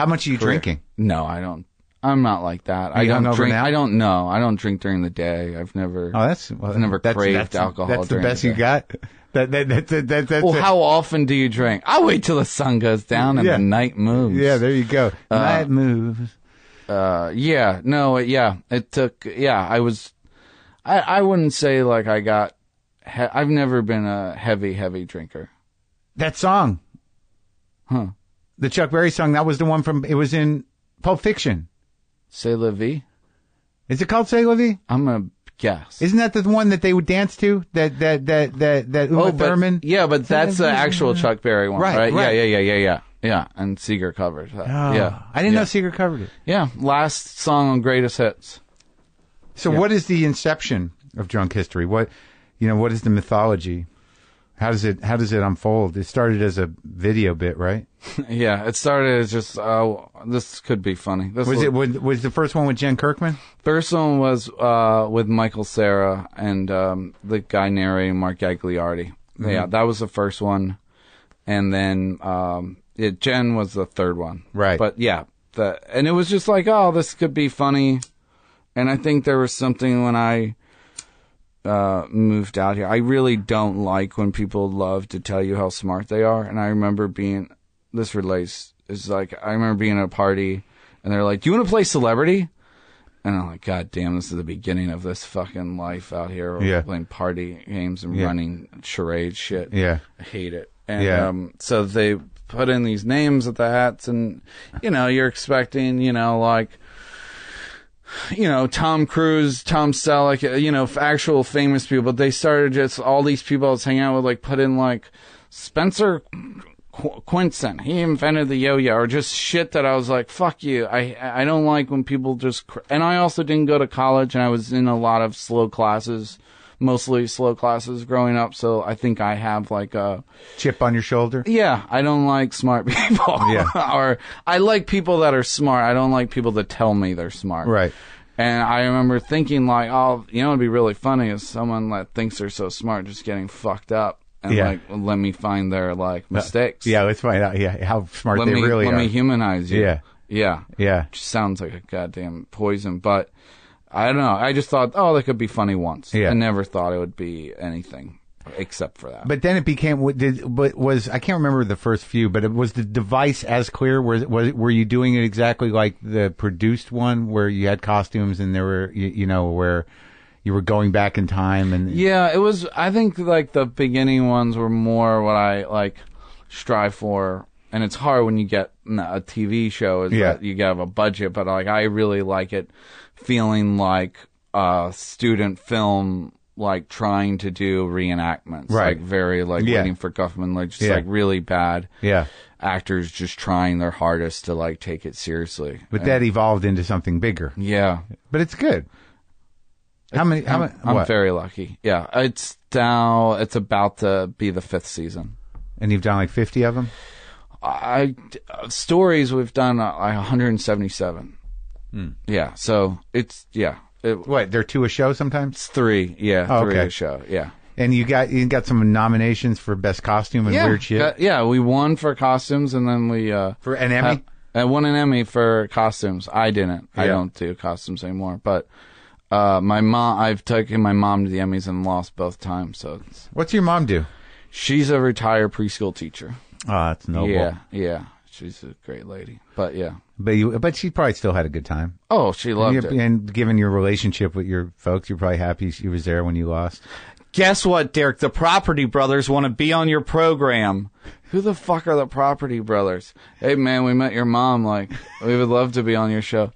how much are you drinking
No, I don't. I'm not like that. I
You
don't
hungover
drink.
now?
I don't know. I don't drink during the day. I've never.
oh that's well,
I've never
that's,
craved
that's,
alcohol
that's the
during the
best you
day.
got [laughs] that that that, that, that that's
well,
it.
how often do you drink? I wait till the sun goes down and
Yeah.
the night moves.
yeah there you go night moves
Uh, yeah. No. It, yeah. It took. Yeah. I was. I. I wouldn't say like I got. He- I've never been a heavy, heavy drinker.
That song.
Huh.
The Chuck Berry song. That was the one from, it was in Pulp Fiction.
Say la vie.
Is it called Say La Vie?
I'm a guess.
Isn't that the one that they would dance to? That, that, that, that, that Uma
Oh, but-
Thurman?
yeah, but that's the actual Chuck Berry one,
Right,
right?
right.
Yeah, yeah, yeah, yeah, yeah. Yeah, and Seeger covered that.
Oh,
yeah.
I didn't
yeah.
know Seeger covered it.
Yeah, last song on Greatest Hits. [laughs]
So what is the inception of drunk history? What, you know, what is the mythology? How does it, how does it unfold? It started as a video bit, right?
yeah, it started as just, oh, this could be funny. This
Was it, was, was the first one with Jen Kirkman?
First one was uh, with Michael Sarah and um, the guy narrating Mark Gagliardi. Yeah,
Mm-hmm.
that was the first one, and then um, yeah, Jen was the third one.
Right.
But yeah, the and it was just like, oh, this could be funny, and I think there was something when I uh, moved out here. I really don't like when people love to tell you how smart they are, and I remember being this relates is like I remember being at a party, and they're like, "Do you want to play celebrity?" And I'm like, God damn, this is the beginning of this fucking life out here. We're
Yeah.
Playing party games and running charade shit.
Yeah.
I hate it. And
Yeah.
um, so they put in these names at the hats, and, you know, you're expecting, you know, like, you know, Tom Cruise, Tom Selleck, uh, you know, f- actual famous people. But they started just all these people I was hanging out with, like, put in, like, Spencer Qu- Quinson. He invented the yo-yo, or just shit that I was like, "Fuck you." I I don't like when people just. Cr- and I also didn't go to college, and I was in a lot of slow classes, mostly slow classes growing up. So I think I have like a
Chip on your shoulder?
yeah. I don't like smart [laughs] people.
Yeah.
or I like people that are smart. I don't like people that tell me they're smart.
Right.
And I remember thinking like, oh, you know, it'd be really funny if someone that thinks they're so smart just getting fucked up. And
Yeah. Uh,
like, let me find their like mistakes
Yeah, let's find out. Yeah, how smart
let
they
me
really
let
are.
me humanize you.
Yeah.
yeah,
yeah.
Just sounds like a goddamn poison, but I don't know. I just thought, oh, that could be funny once.
Yeah.
I never thought it would be anything except for that.
But then it became what did but was I can't remember the first few, but it was the device as clear. Was was were you doing it exactly like the produced one where you had costumes and there were you, you know where you were going back in time and
yeah, it was. I think like the beginning ones were more what I like strive for, and it's hard when you get n- a TV show. Is
Yeah.
that you have a budget, but like I really like it feeling like a student film like trying to do reenactments,
Right.
Like very like
Yeah.
waiting for government, like just
Yeah.
like really bad
Yeah.
actors just trying their hardest to like take it seriously.
But that evolved into something bigger.
yeah,
But it's good. How many? How many?
I'm
what?
very lucky. Yeah, it's now it's about to be the fifth season.
And you've done like 50 of them?
I uh, stories we've done uh, like 177.
Hmm.
Yeah, so it's yeah, it,
What? They're two a show sometimes?
it's three. Yeah,
Oh,
three
okay.
a show. Yeah.
And you got you got some nominations for best costume and
yeah,
weird shit.
that- yeah, we won for costumes, and then we uh,
for an Emmy?
I won an Emmy for costumes. I didn't. I
Yeah.
don't do costumes anymore. But uh, my mom, I've taken my mom to the Emmys and lost both times. So it's,
What's your mom do?
she's a retired preschool teacher.
Oh, it's noble.
Yeah, yeah, she's a great lady. But yeah,
But you, but she probably still had a good time.
oh, she loved
Yeah,
it.
and given your relationship with your folks, you're probably happy she was there when you lost.
Guess what, Derek? The Property Brothers want to be on your program.
Who the fuck are the Property Brothers? Hey man, we met your mom. Like, we would love to be on your show.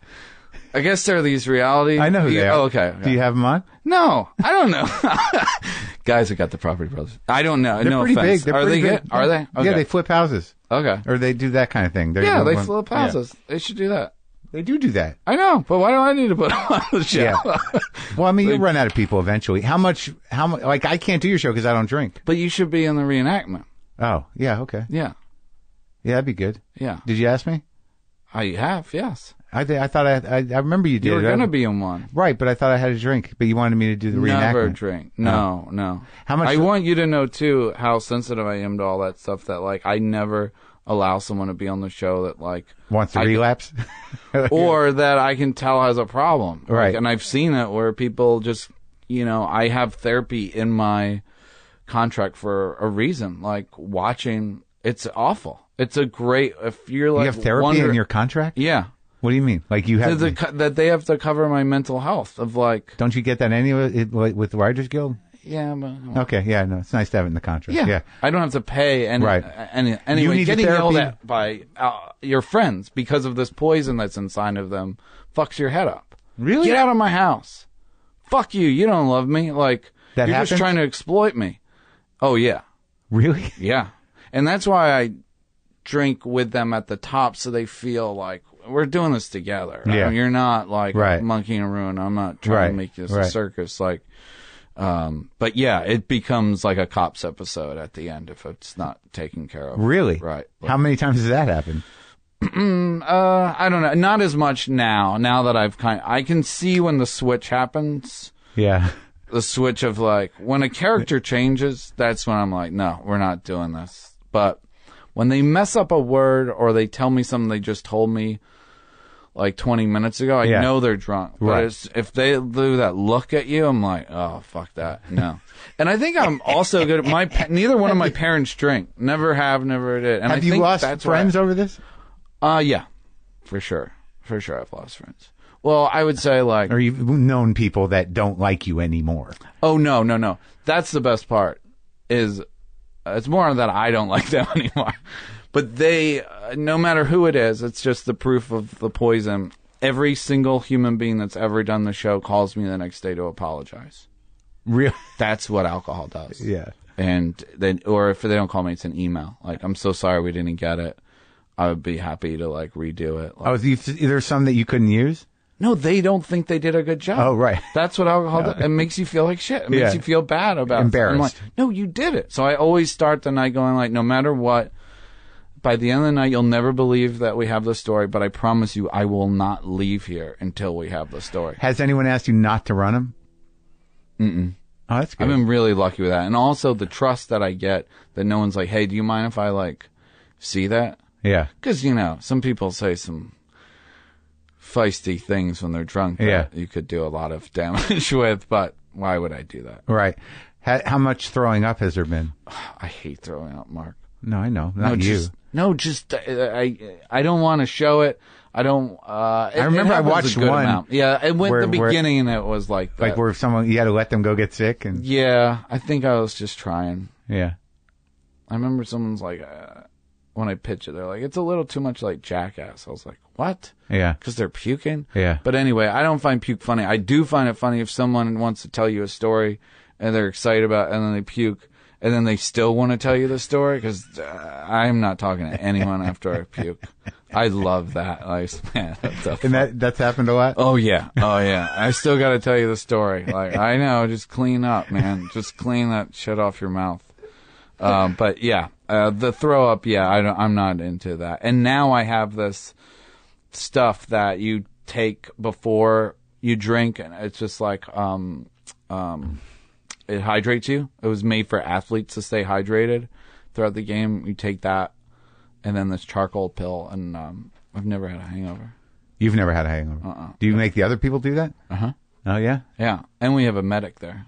I guess there are these reality.
I know who
you,
they are.
Oh, okay. okay.
Do you have them on?
No, I don't know. [laughs] Guys who got the property brothers. I don't know.
They're
no
pretty
offense.
big. They're
are
pretty
they
big.
good? Are they? Okay.
Yeah, they flip houses
okay.
or they do that kind of thing. They're
Yeah,
the
they
one-
flip
yeah.
houses. They should do that.
They do do that.
I know, but why do I need to put [laughs] them on the show?
Yeah. Well, I mean, you run out of people eventually. How much? How much? Like, I can't do your show because I don't drink.
[laughs] but you should be in the reenactment.
Oh, yeah, okay,
Yeah.
yeah, that'd be good.
Yeah.
Did you ask me?
I have, yes.
I th- I thought I, I I remember you did.
You were
I-
going to be in one.
right, but I thought I had a drink. But you wanted me to do the
Never
reenactment. Oh.
drink. No, no.
How much-
I want you to know, too, how sensitive I am to all that stuff that, like, I never allow someone to be on the show that, like,
Wants to relapse.
[laughs] or that I can tell has a problem. Like,
Right.
and I've seen it where people just, you know, I have therapy in my contract for a reason. Like watching, it's awful. It's a great, if you're
[laughs]
like,
you have therapy
wonder-
in your contract.
yeah.
What do you mean? Like you
That
have?
the co- that they have to cover my mental health of like,
don't you get that anyway it- like, with the Writers Guild?
yeah, but.
Okay, yeah, no, it's nice to have it in the contract.
Yeah. I don't have to pay any,
Right.
any, anyway,
need the
getting
therapy-
yelled at by uh, your friends because of this poison that's inside of them fucks your head up.
Really?
Get out of my house. Fuck you. You don't love me. Like
That
you're
happens?
just trying to exploit me. Oh yeah.
Really? [laughs]
Yeah. And that's why I drink with them at the top so they feel like we're doing this together.
Yeah.
Um, you're not like
Right.
monkey in a ruin. I'm not trying
Right.
to make this
Right.
a circus. Like, um, but yeah, it becomes like a cops episode at the end if it's not taken care of.
Really?
Right.
How many times has that happened?
Uh, I don't know. Not as much now. Now that I've kind, I can see when the switch happens.
Yeah.
the switch of like when a character changes, that's when I'm like, no, we're not doing this. But when they mess up a word or they tell me something they just told me like 20 minutes ago, I
Yeah.
know they're drunk. But
Right.
it's, if they do that look at you, I'm like, oh, fuck that. No. and I think I'm also good at my, pa- neither one of my parents drink. Never have, never did. And I
Have you
think
lost
that's why-
friends over this?
Uh, yeah. For sure. For sure I've lost friends. Well, I would say like,
Or you've known people that don't like you anymore?
Oh no, no, no. That's the best part. Is uh, it's more that I don't [laughs] like them anymore. But they, uh, no matter who it is, it's just the proof of the poison. Every single human being that's ever done the show calls me the next day to apologize.
Real?
[laughs] That's what alcohol does.
Yeah.
And then, or if they don't call me, it's an email. Like, I'm so sorry we didn't get it. I would be happy to like redo it. Like,
Oh, you- there's some that you couldn't use?
no, they don't think they did a good job.
Oh, right.
That's what alcohol does. It makes you feel like shit. It
Yeah.
makes you feel bad about it.
Embarrassed.
I'm like, no, you did it. So I always start the night going like, no matter what, by the end of the night, you'll never believe that we have the story, but I promise you, I will not leave here until we have the story.
Has anyone asked you not to run them? Mm-mm. Oh, that's good.
I've been really lucky with that. And also the trust that I get that no one's like, hey, do you mind if I like see that?
yeah.
Because, you know, some people say some feisty things when they're drunk that
Yeah.
you could do a lot of [laughs] damage with, but why would I do that?
Right. How, how much throwing up has there been?
I hate throwing up, Mark.
No, I know. Not
no,
you.
just no, just uh, I I don't want to show it. I don't. Uh, it-
I remember I
it happens
watched
a good
one
Amount. Yeah, it went
where-
the
where-
beginning. it was like
like
that.
where someone, you had to let them go get sick and,
yeah. I think I was just trying.
yeah.
I remember someone's like uh, when I pitch it, they're like, "It's a little too much like Jackass." I was like, "What?"
Yeah.
Because they're puking.
Yeah.
But anyway, I don't find puke funny. I do find it funny if someone wants to tell you a story and they're excited about, it, and then they puke, and then they still want to tell you the story because I'm not talking to anyone after I puke. I love that. Like, man, [laughs] that's a
And that that's happened a lot.
[laughs] Oh yeah, oh yeah. I still got to tell you the story. Like I know, just clean up, man. Just clean that shit off your mouth. Um, but yeah, uh, the throw up. Yeah, I don't, I'm not into that. And now I have this stuff that you take before you drink, and it's just like um, um, it hydrates you. It was made for athletes to stay hydrated throughout the game. You take that, and then this charcoal pill, and um, I've never had a hangover.
You've never had a hangover.
Uh-uh.
Do you make the other people do that?
Uh-huh.
Uh huh. Oh yeah.
Yeah, and we have a medic there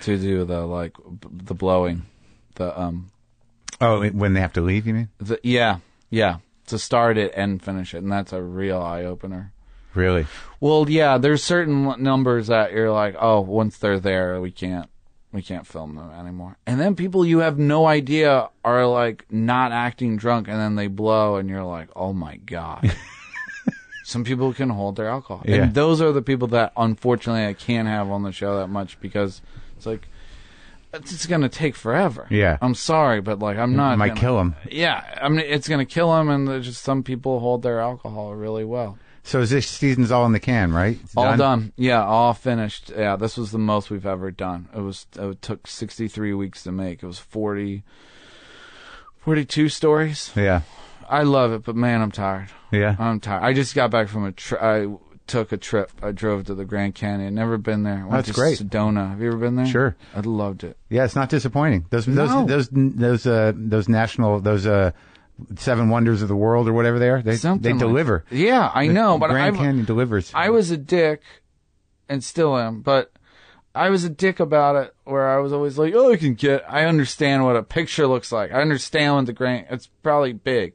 to do the like b- the blowing, the um,
Oh, it- when they have to leave, you mean?
the yeah, yeah, to start it and finish it, and that's a real eye opener.
Really?
Well, yeah, there's certain l- numbers that you're like, oh, once they're there, we can't we can't film them anymore. And then people you have no idea are like not acting drunk, and then they blow, and you're like, oh
[laughs]
my god. Some people can hold their alcohol,
Yeah.
and those are the people that unfortunately I can't have on the show that much because it's like it's just gonna take forever.
Yeah.
I'm sorry, but like I'm not
Might
gonna-
kill them.
Yeah, I mean it's gonna kill them, and there's just some people hold their alcohol really well.
So is this season's all in the can, right? It's
All done? Yeah, all finished. Yeah, this was the most we've ever done. It was it took 63 weeks to make. It was 40 42 stories.
Yeah.
I love it, but man, I'm tired.
Yeah.
I'm tired. I just got back from a trip. I took a trip. I drove to the Grand Canyon. Never been there. Went
That's
to
great.
Sedona. Have you ever been there?
Sure.
I loved it.
yeah, it's not disappointing. Those
No.
those those those uh those national those uh seven wonders of the world or whatever they are. They
Something
they
like-
deliver.
yeah, I know, but
Grand
I've,
Canyon delivers.
I was a dick, and still am, but I was a dick about it. Where I was always like, "Oh, I can get. I understand what a picture looks like. I understand what the grand. It's probably big."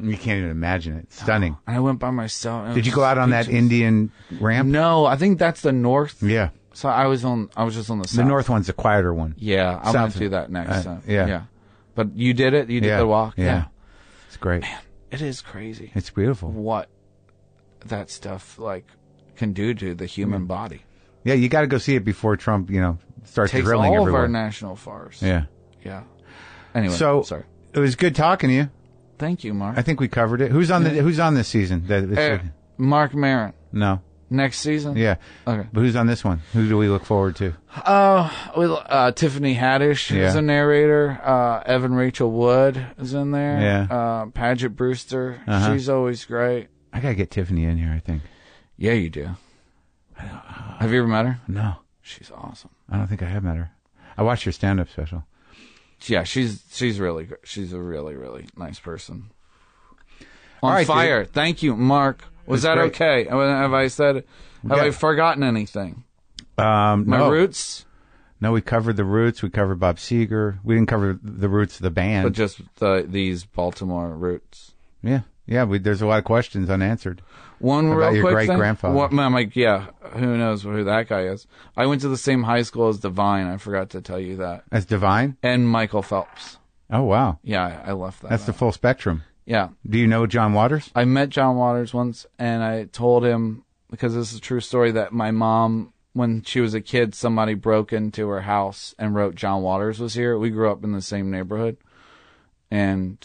you can't even imagine it. Stunning.
And I went by myself. and it
Did you
was
go out on that
speechless.
Indian ramp?
No, I think that's the north.
Yeah.
So I was on. I was just on the south.
The north one's the quieter one.
Yeah, I'm
South.
gonna do that next
Uh,
time.
yeah.
yeah. But you did it. You did the walk.
Yeah. It's great.
it is crazy
It's beautiful.
what that stuff like can do to the
Mm.
human body.
Yeah, you got to go see it before Trump, you know, starts
Takes
drilling
all of
everywhere.
our national forests.
yeah.
Yeah. Anyway,
So
sorry.
it was good talking to you.
Thank you, Mark.
I think we covered it. Who's on the Who's on this season? That it's-
Eh, Mark Maron.
no,
Next season?
yeah.
Okay.
But who's on this one? Who do we look forward to?
Uh, with, uh, Tiffany Haddish
Yeah.
is a narrator. Uh, Evan Rachel Wood is in there.
Yeah. Uh-huh.
Uh, Paget Brewster. She's always great.
I gotta get Tiffany in here. I think.
Yeah, you do. Have you ever met her?
No,
She's awesome.
I don't think I have met her. I watched your stand-up special.
Yeah, she's she's really gr- she's a really really nice person.
All
On
right,
fire. Thank you, Mark. Was
That's
that
great.
okay? Have I- have I said? Have
Yeah.
I forgotten anything?
Um,
My
no,
roots,
no, we covered the Roots. We covered Bob Seger. We didn't cover the Roots of the band.
but just the these Baltimore roots.
yeah, yeah. We, there's a lot of questions unanswered.
One
About
real
your
quick thing.
great-grandfather.
What, I'm like, yeah, who knows who that guy is? I went to the same high school as Divine. I forgot to tell you that.
That's divine.
And Michael Phelps.
Oh wow,
Yeah, I, I left that.
that's the
out.
full spectrum.
yeah.
Do you know John Waters?
I met John Waters once, and I told him because this is a true story that my mom, when she was a kid, somebody broke into her house and wrote John Waters was here. We grew up in the same neighborhood, and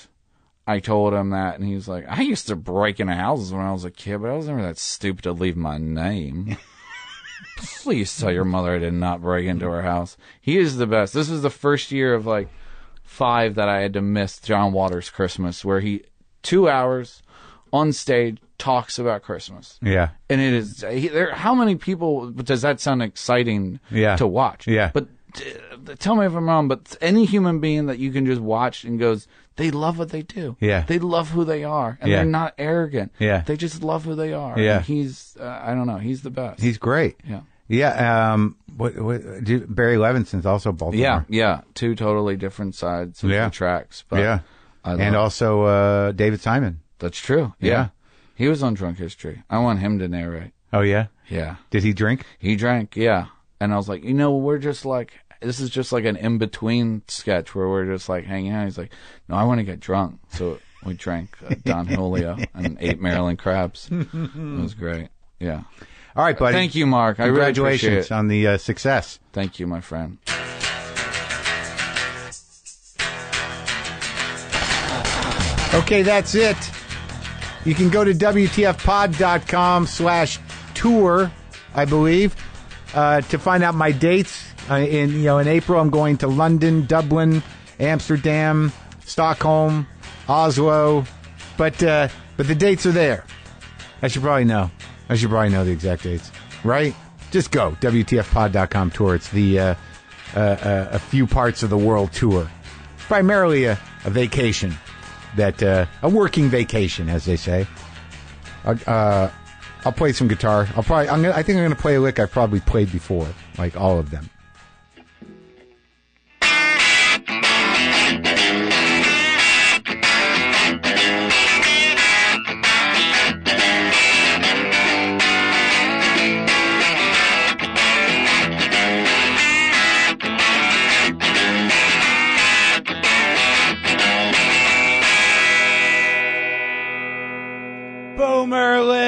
I told him that, and he was like, "I used to break into houses when I was a kid, but I was never that stupid to leave my name." Please tell your mother I did not break into her house. He is the best. This was the first year of like five that I had to miss John Waters' Christmas, where he two hours on stage talks about Christmas,
Yeah,
and it is he, there. How many people does that sound exciting?
Yeah.
to watch.
Yeah.
but uh, tell me if I'm wrong. But any human being that you can just watch and goes, they love what they do.
Yeah.
they love who they are, and
Yeah.
they're not arrogant.
Yeah.
they just love who they are.
Yeah.
and he's uh, I don't know. He's the best.
he's great.
yeah.
Yeah. Um, what, what, do you- Barry Levinson's also Baltimore.
Yeah, yeah, two totally different sides of
Yeah.
the tracks. But
yeah.
I love
and also uh, David Simon.
That's true. Yeah.
Yeah.
He was on Drunk History. I want him to narrate.
Oh yeah.
Yeah.
Did he drink?
He drank. Yeah. And I was like, you know, we're just like, this is just like an in between sketch where we're just like hanging out. He's like, no, I want to get drunk. So
[laughs]
we drank uh, Don Julio and ate Maryland crabs. It was great. Yeah.
All right, buddy.
Thank you, Mark. I really appreciate
Congratulations
it.
on the uh, success.
Thank you, my friend.
Okay, that's it. You can go to WTFpod.com slash tour, I believe, uh, to find out my dates. Uh, in you know, in April, I'm going to London, Dublin, Amsterdam, Stockholm, Oslo, but uh, but the dates are there. I should probably know. I should probably know the exact dates, right? Just go WTFpod.com tour. It's the uh, uh, uh, a few parts of the world tour, primarily a, a vacation that uh, a working vacation, as they say. Uh, uh, I'll play some guitar. I'll probably. I'm gonna, I think I'm going to play a lick I've probably played before, like all of them.
Boomer